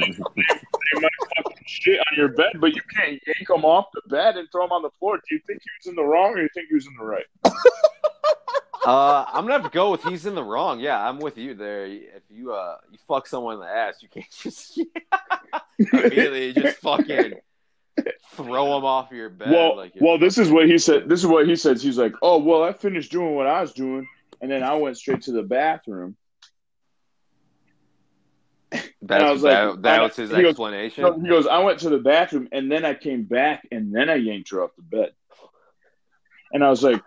A: shit on your bed, but you can't yank them off the bed and throw them on the floor. Do you think he was in the wrong or do you think he was in the right?
D: Uh, I'm gonna have to go with he's in the wrong. Yeah, I'm with you there. If you uh you fuck someone in the ass, you can't just immediately just fucking throw them off your bed.
A: well,
D: like
A: well, this is what he said. This is what he says. He's like, "Oh, well, I finished doing what I was doing, and then I went straight to the bathroom."
D: that's,
A: I was
D: that,
A: like,
D: that
A: I-
D: was his
A: he goes,
D: explanation.
A: So he goes, "I went to the bathroom, and then I came back, and then I yanked her off the bed." And I was like,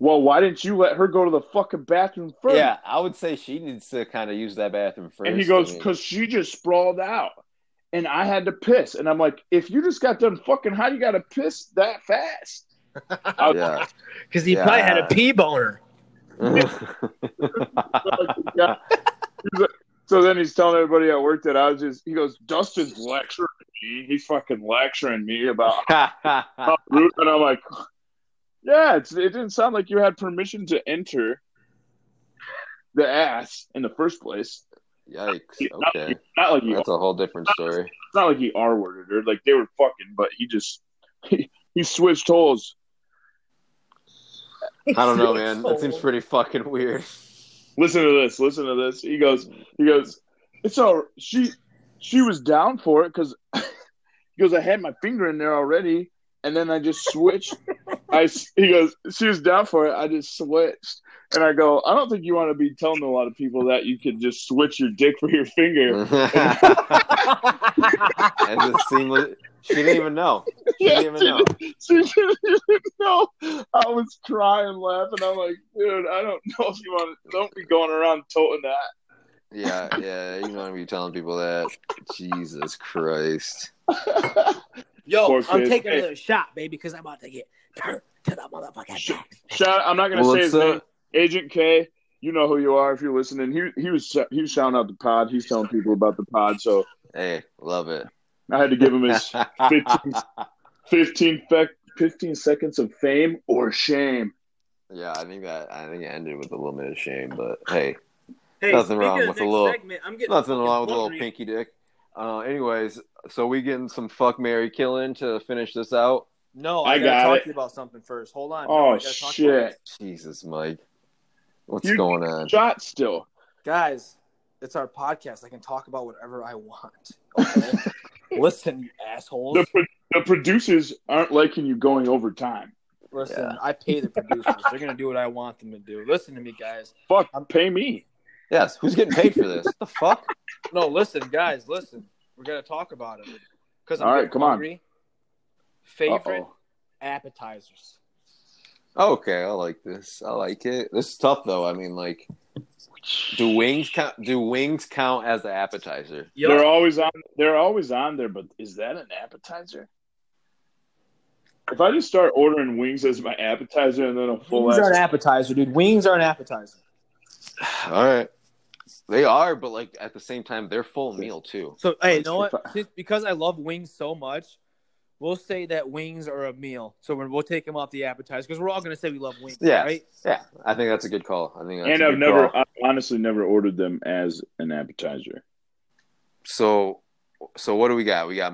A: well, why didn't you let her go to the fucking bathroom first?
D: Yeah, I would say she needs to kind of use that bathroom first.
A: And he goes,
D: I mean,
A: because she just sprawled out. And I had to piss. And I'm like, if you just got done fucking, how you got to piss that fast? I was
D: yeah.
C: Because he probably had
D: Yeah.
C: a pee boner.
A: like, yeah. He's like- so then he's telling everybody at work that I was just, he goes, Dustin's lecturing me. He's fucking lecturing me about how rude. And I'm like, yeah, it's, it didn't sound like you had permission to enter the ass in the first place.
D: Yikes.
A: Not like
D: Okay.
A: he- Not like you
D: That's a whole different story.
A: it's not like he R worded her. Like they were fucking, but he just he, he switched holes.
D: I don't know, man. That seems pretty fucking weird.
A: Listen to this. Listen to this. He goes. He goes. It's all she. She was down for it because he goes. I had my finger in there already, and then I just switched. I s- he goes. She was down for it. I just switched, and I go. I don't think you want to be telling a lot of people that you could just switch your dick for your finger.
D: and just seamless. She didn't even know. She didn't even know.
A: she didn't even know. I was crying, laughing. I'm like, dude, I don't know if you want to. Don't be going around toting that.
D: Yeah, yeah. You don't want to be telling people that. Jesus Christ.
C: Yo,
A: Poor
C: I'm
A: kid.
C: taking
A: Hey.
C: another shot, baby, because I'm about to get turned to the motherfucking
A: Shit.
C: max.
A: Shout! I'm not gonna
D: Well,
A: say
D: it's,
A: his
D: uh,
A: name. Agent K, you know who you are if you're listening. He he was he was shouting out the pod. He's telling people about the pod. So
D: hey, love it.
A: I had to give him his 15,
D: yeah,
A: 15, fec- 15 seconds of fame or shame.
D: I think that I think it ended with a little bit of shame, but hey,
C: Hey,
D: Nothing
C: speaking
D: wrong
C: of
D: with a
C: next
D: little-
C: Segment, I'm getting
D: nothing wrong with a
C: fucking
D: little
C: hungry.
D: pinky dick. Uh, anyways, so we getting some fuck Mary killing to finish this out.
E: No,
A: I
E: I, gotta
A: got
E: talk
A: it.
E: to you about something first. Hold on. No, I
A: Oh
E: gotta talk to you about
A: shit!
E: this.
D: Jesus, Mike, what's
A: You-
D: going on?
A: Shot still.
E: guys, it's our podcast. I can talk about whatever I want.
C: Listen, you assholes.
A: The, pro- the producers aren't liking you going overtime.
E: Listen,
D: Yeah.
E: I pay the producers. They're gonna do what I want them to do. Listen to me, guys.
A: Fuck,
E: I'm-
A: pay me.
D: Yes, who's getting paid for this? the fuck?
E: No, listen, guys, listen. We're gonna talk about it. Because I'm
A: All right,
E: getting
A: come on.
E: hungry. Favorite
A: Uh-oh.
E: appetizers.
D: Okay, I like this. I like it. This is tough though. I mean, like, do wings count? Do wings count as an appetizer?
C: Yo,
A: They're always on. They're always on there, but is that an appetizer? If I just start ordering wings as my appetizer and then a full
E: Wings are an
A: ass,
E: appetizer, dude. Wings are an appetizer.
D: All right, they are, but like at the same time, they're full meal too.
C: So hey, you know what? Since, because I love wings so much, we'll say that wings are a meal. So we're, we'll take them off the appetizer because we're all gonna say we love wings,
D: Yeah.
C: right?
D: Yeah, I think that's a good call. I think that's
A: and
D: a
A: I've
D: good
A: never,
D: call.
A: I've honestly never ordered them as an appetizer.
D: So, so what do we got? We got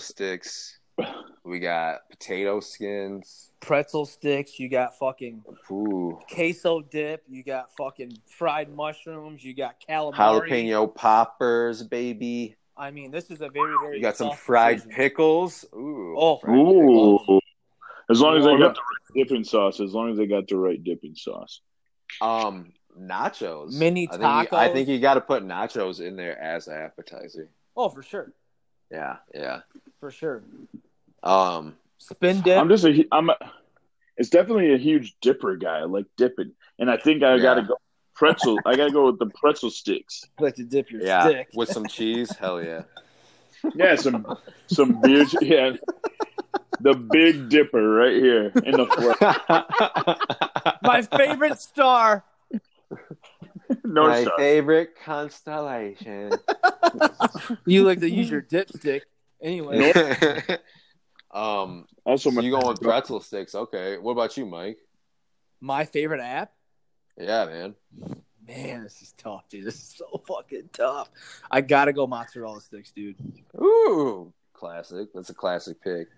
D: sticks. We got potato skins.
C: Pretzel sticks. You got fucking
D: Ooh,
C: queso dip. You got fucking fried mushrooms. You got calamari.
D: jalapeno poppers, baby.
C: I mean, this is a very very.
D: You got some
C: tough
D: fried
C: decision.
D: pickles. Ooh,
C: Oh,
D: fried
A: Ooh,
D: pickles.
A: as long as they
D: Well,
A: got the right dipping sauce. As long as they got the right dipping sauce.
D: Um, nachos.
C: Mini
D: I think you, I
C: tacos.
D: think you got to put nachos in there as an appetizer.
E: Oh, for sure.
D: Yeah, yeah.
E: For sure.
D: Um,
C: Spin dip.
A: I'm just a, hu- I'm. A, it's definitely a huge dipper guy. I like dipping, and I think I
D: Yeah.
A: gotta go pretzel. I gotta go with the pretzel sticks.
E: I like to dip your
D: yeah,
E: stick.
D: with some cheese. Hell yeah.
A: Yeah, some some beer. Yeah, the Big Dipper right here in the front.
C: My favorite star.
A: No,
D: My
A: sorry.
D: favorite constellation.
C: You like to use your dipstick. Anyway,
D: um,
A: also
D: so
A: my
D: you going with pretzel sticks? Okay. What about you, Mike?
C: my favorite app.
D: Yeah, man.
C: Man, this is tough, dude. This is so fucking tough. I gotta go mozzarella sticks, dude.
D: Ooh, classic. That's a classic pick.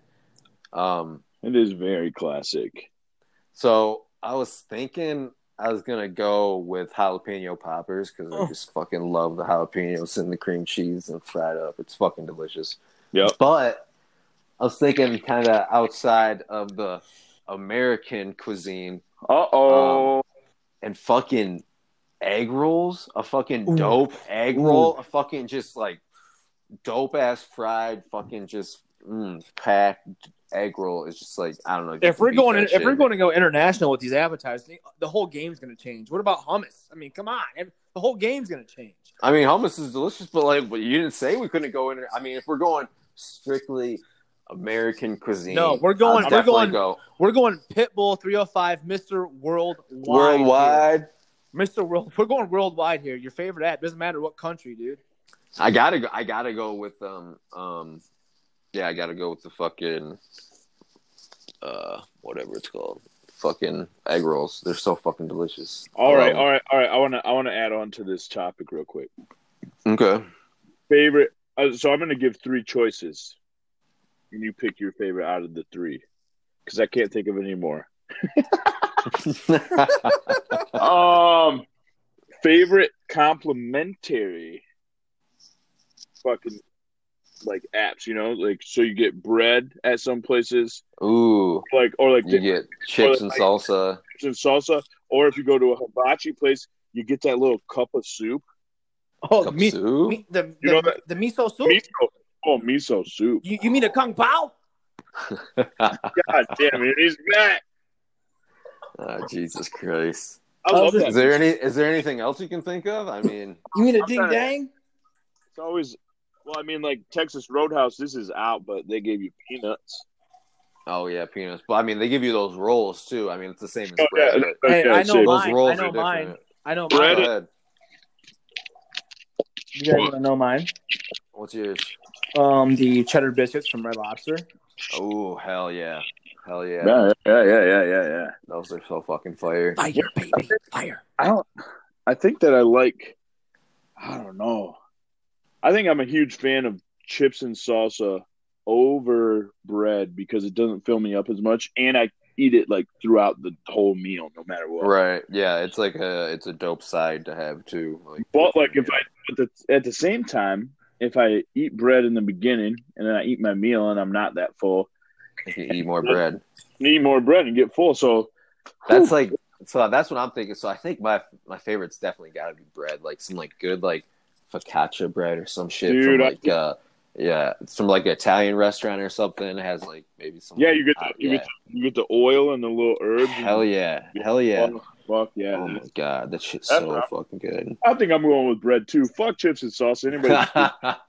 D: Um,
A: It is very classic.
D: So I was thinking I was gonna go with jalapeno poppers because
C: Oh.
D: I just fucking love the jalapenos and the cream cheese and fried up. It's fucking delicious.
A: Yep.
D: But I was thinking kind of outside of the American cuisine
A: Uh
D: Um,
A: oh.
D: and fucking egg rolls, a fucking
C: Ooh.
D: dope egg roll, a fucking just like dope ass fried fucking just mm, packed egg roll is just like I don't know. you
C: If
D: can
C: we're
D: beat
C: going,
D: that
C: if we're
D: shit.
C: going to go international with these appetizers, the, the whole game's going to change. What about hummus? I mean, come on, and the whole game's going to change.
D: I mean, hummus is delicious, but like, but you didn't say we couldn't go in. I mean, if we're going strictly American cuisine,
C: No, we're going-
D: I'll
C: we're
D: definitely
C: going
D: go
C: We're going Pitbull 305, Mr. Worldwide. here.
D: worldwide.
C: Mr. World. We're going worldwide here. Your favorite app doesn't matter what country, dude.
D: I gotta go. I gotta go with um um, yeah, I gotta go with the fucking uh whatever it's called, fucking egg rolls. They're so fucking delicious.
A: All right,
D: Um,
A: all right, all right. I want to I want to add on to this topic real quick.
D: Okay,
A: Favorite. Uh, so I'm going to give three choices, and you pick your favorite out of the three, because I can't think of any more. um, favorite complimentary fucking like apps. You know, like so you get bread at some places,
D: ooh,
A: like or like
D: you
A: dips
D: get chips and salsa.
A: and salsa, or if you go to a hibachi place, you get that little cup of soup.
C: Oh,
D: Cup
C: me,
D: soup.
C: me- the, the,
A: You know that-
C: the miso soup.
A: Miso. Oh, miso soup.
C: You, you mean a kung pao?
A: God damn it, he's back.
D: Oh, Jesus Christ!
A: I love
C: How's it-
A: that.
D: Is there any? Is there anything else you can think of? I mean,
C: You mean a
A: I'm
C: ding
A: trying to-
C: dang?
A: It's always, well, I mean, like Texas Roadhouse, this is out, but they gave you peanuts.
D: oh yeah, peanuts. But I mean, they give you those rolls too. I mean, it's the same as
A: Oh,
D: bread.
A: yeah,
D: but
A: okay,
C: Hey, I know
A: so-
C: mine.
D: Those rolls
C: I know
D: are different.
C: mine. I know
D: Go
C: mine.
A: Bread-
D: ahead.
C: You guys want to know mine?
D: What's yours?
C: Um, the cheddar biscuits from Red Lobster.
D: Oh hell yeah, hell yeah.
A: yeah, yeah, yeah, yeah, yeah, yeah.
D: Those are so fucking fire.
C: Fire, baby, fire.
A: I don't. I think that I like. I don't know. I think I'm a huge fan of chips and salsa over bread because it doesn't fill me up as much, and I eat it like throughout the whole meal, no matter what.
D: Right? Yeah, it's like a it's a dope side to have too. Like,
A: But like if
D: yeah.
A: I at the, at the same time, if I eat bread in the beginning and then I eat my meal and I'm not that full,
D: if you eat more bread,
A: need more bread and get full. So
D: that's like so. That's what I'm thinking. So I think my my favorite's definitely got to be bread, like some like good like focaccia bread or some shit
A: Dude,
D: from
A: I-
D: like uh yeah, it's from like an Italian restaurant or something. It has like maybe some
A: yeah, you get the,
D: uh,
A: you
D: yeah.
A: get the, you get the oil and the little herbs. and-
D: hell yeah, hell yeah.
A: Oh, fuck yeah!
D: Oh my god, that shit's
A: That's
D: so
A: what
D: fucking good.
A: I think I'm going with bread too. Fuck chips and salsa. Anybody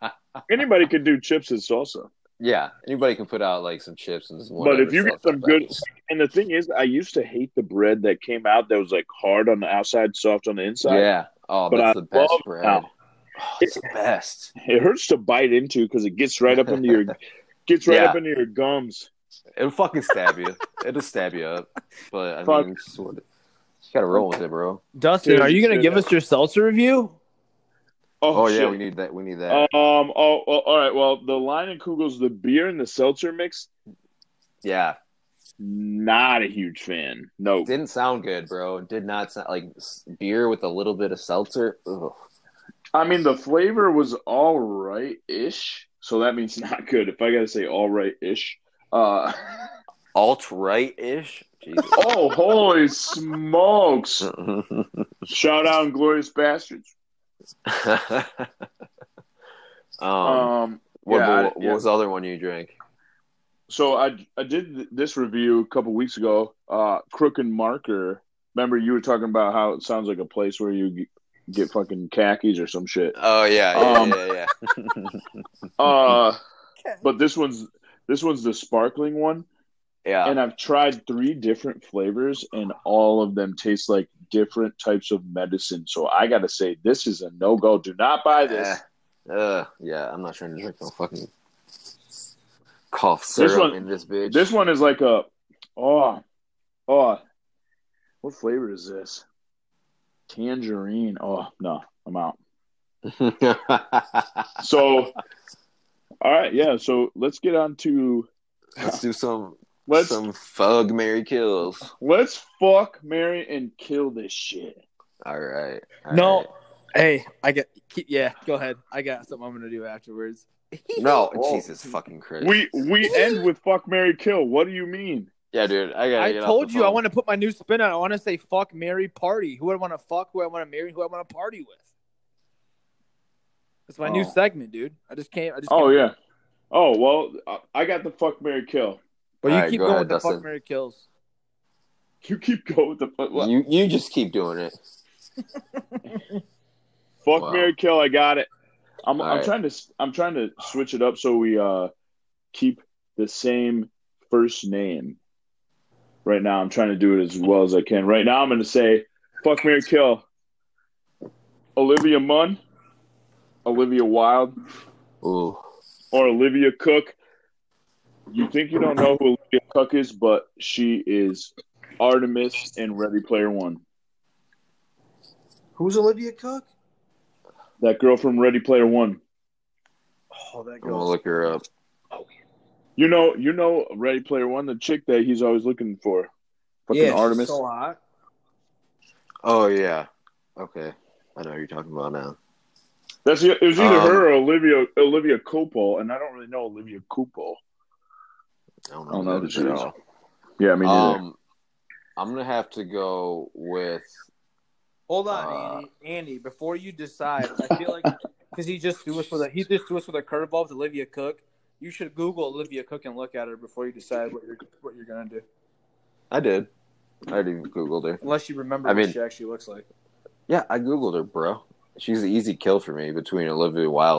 A: anybody can do chips and salsa.
D: yeah, anybody can put out like some chips and some.
A: But if
D: whatever
A: you get
D: stuff,
A: some
D: that's
A: good-
D: just-
A: And the thing is, I used to hate the bread that came out that was like hard on the outside, soft on the inside.
D: Yeah. Oh,
A: But
D: that's
A: I
D: the best
A: love
D: bread.
A: now.
D: Oh, it's the best.
A: It hurts to bite into because it gets right up into your gets right
D: Yeah.
A: up into your gums.
D: It'll fucking stab you. It'll stab you up. But I
A: Fuck.
D: mean, it's sort of, you gotta roll with it, bro.
C: Dustin,
A: Dude,
C: are you gonna
A: dude.
C: give us your seltzer review?
A: Oh,
D: Oh, yeah,
A: shit.
D: we need that. We need that.
A: Um. Oh, oh, all right. Well, the line and Kugel's, the beer and the seltzer mix.
D: yeah,
A: Not a huge fan. No.
D: didn't sound good, bro. Did not sound like s- beer with a little bit of seltzer. Ugh.
A: I mean, the flavor was all right ish. So that means not good. If I gotta say all right ish. Uh.
D: Alt right ish. Jesus.
A: Oh, holy smokes! Shout out, glorious bastards.
D: um,
A: Um.
D: what,
A: yeah, I-
D: what, what
A: yeah.
D: was the other one you drank?
A: So I I did th- this review a couple weeks ago. Uh, Crook and Marker. Remember you were talking about how it sounds like a place where you g- get fucking khakis or some shit.
D: Oh yeah, yeah,
A: Um,
D: yeah, yeah.
A: Uh, but this one's this one's the sparkling one,
D: yeah.
A: and I've tried three different flavors, and all of them taste like different types of medicine. So I gotta say, this is a no go. Do not buy this.
D: Eh, uh, yeah, I'm not trying to drink no fucking cough syrup
A: one-
D: in this bitch.
A: This one is like a oh oh what flavor is this? Tangerine. Oh no, I'm out. So all right, yeah, so let's get on to
D: Let's do some
A: let's
D: some fug Mary kills.
A: let's fuck Mary and kill this shit.
D: All right. all
C: No.
D: right.
C: Hey, I get. keep- Yeah, go ahead. I got something I'm gonna do afterwards.
D: No,
A: Oh.
D: Jesus fucking Christ.
A: We we end with fuck Mary Kill. What do you mean?
D: yeah, dude. I gotta
C: I
D: get off
C: told
D: the
C: you I
D: phone.
C: want to put my new spin on. it. I want to say fuck, marry, party. Who I want to fuck, who I want to marry, who I want to party with. That's my new
A: Oh.
C: segment, dude. I just can't. I just.
A: Oh
C: can't-
A: yeah. Oh well, I- I got the fuck Mary Kill.
E: But you
D: All right,
E: keep
D: go
E: going
D: ahead,
E: with the
D: Dustin.
E: fuck Mary kills.
A: You keep going with the fuck.
D: You you just keep doing it.
A: Fuck
D: Wow.
A: Mary Kill, I got it. I'm
D: All
A: I'm
D: right.
A: trying to s- I'm trying to switch it up so we uh keep the same first name. Right now I'm trying to do it as well as I can. Right now I'm gonna say fuck Mary Kill. Olivia Munn, Olivia Wilde,
D: Ooh.
A: or Olivia Cook. You think you don't know who Olivia Cook is, but she is Artemis in Ready Player One.
E: Who's Olivia Cook?
A: That girl from Ready Player One.
E: Oh, that
D: I'm gonna
E: girl.
D: look her up.
A: You know, you know, Ready Player One, the chick that he's always looking for, fucking
C: Yeah, she's
A: Artemis.
E: So hot.
D: Oh yeah. Okay. I know what you're talking about now.
A: That's it was either
D: Um,
A: her or Olivia Olivia Copol, and I don't really know Olivia Copol.
D: I don't know,
A: I don't
D: who
A: know
D: that
A: who
D: is
A: she
D: at
A: is.
D: all.
A: Yeah, me
C: Oh,
A: neither.
D: Um, I'm gonna have to go with
C: Hold
D: Uh,
C: on, Andy. Andy, before you decide, I feel like because he just threw us with a he just threw us with a curveball with Olivia Cook. You should Google Olivia Cook and look at her before you decide what you're what you're gonna do.
D: I did. I already googled her.
C: Unless you remember
D: I
C: what
D: mean-
C: she actually looks like.
D: Yeah, I googled her, bro. She's an easy kill for me between Olivia Wilde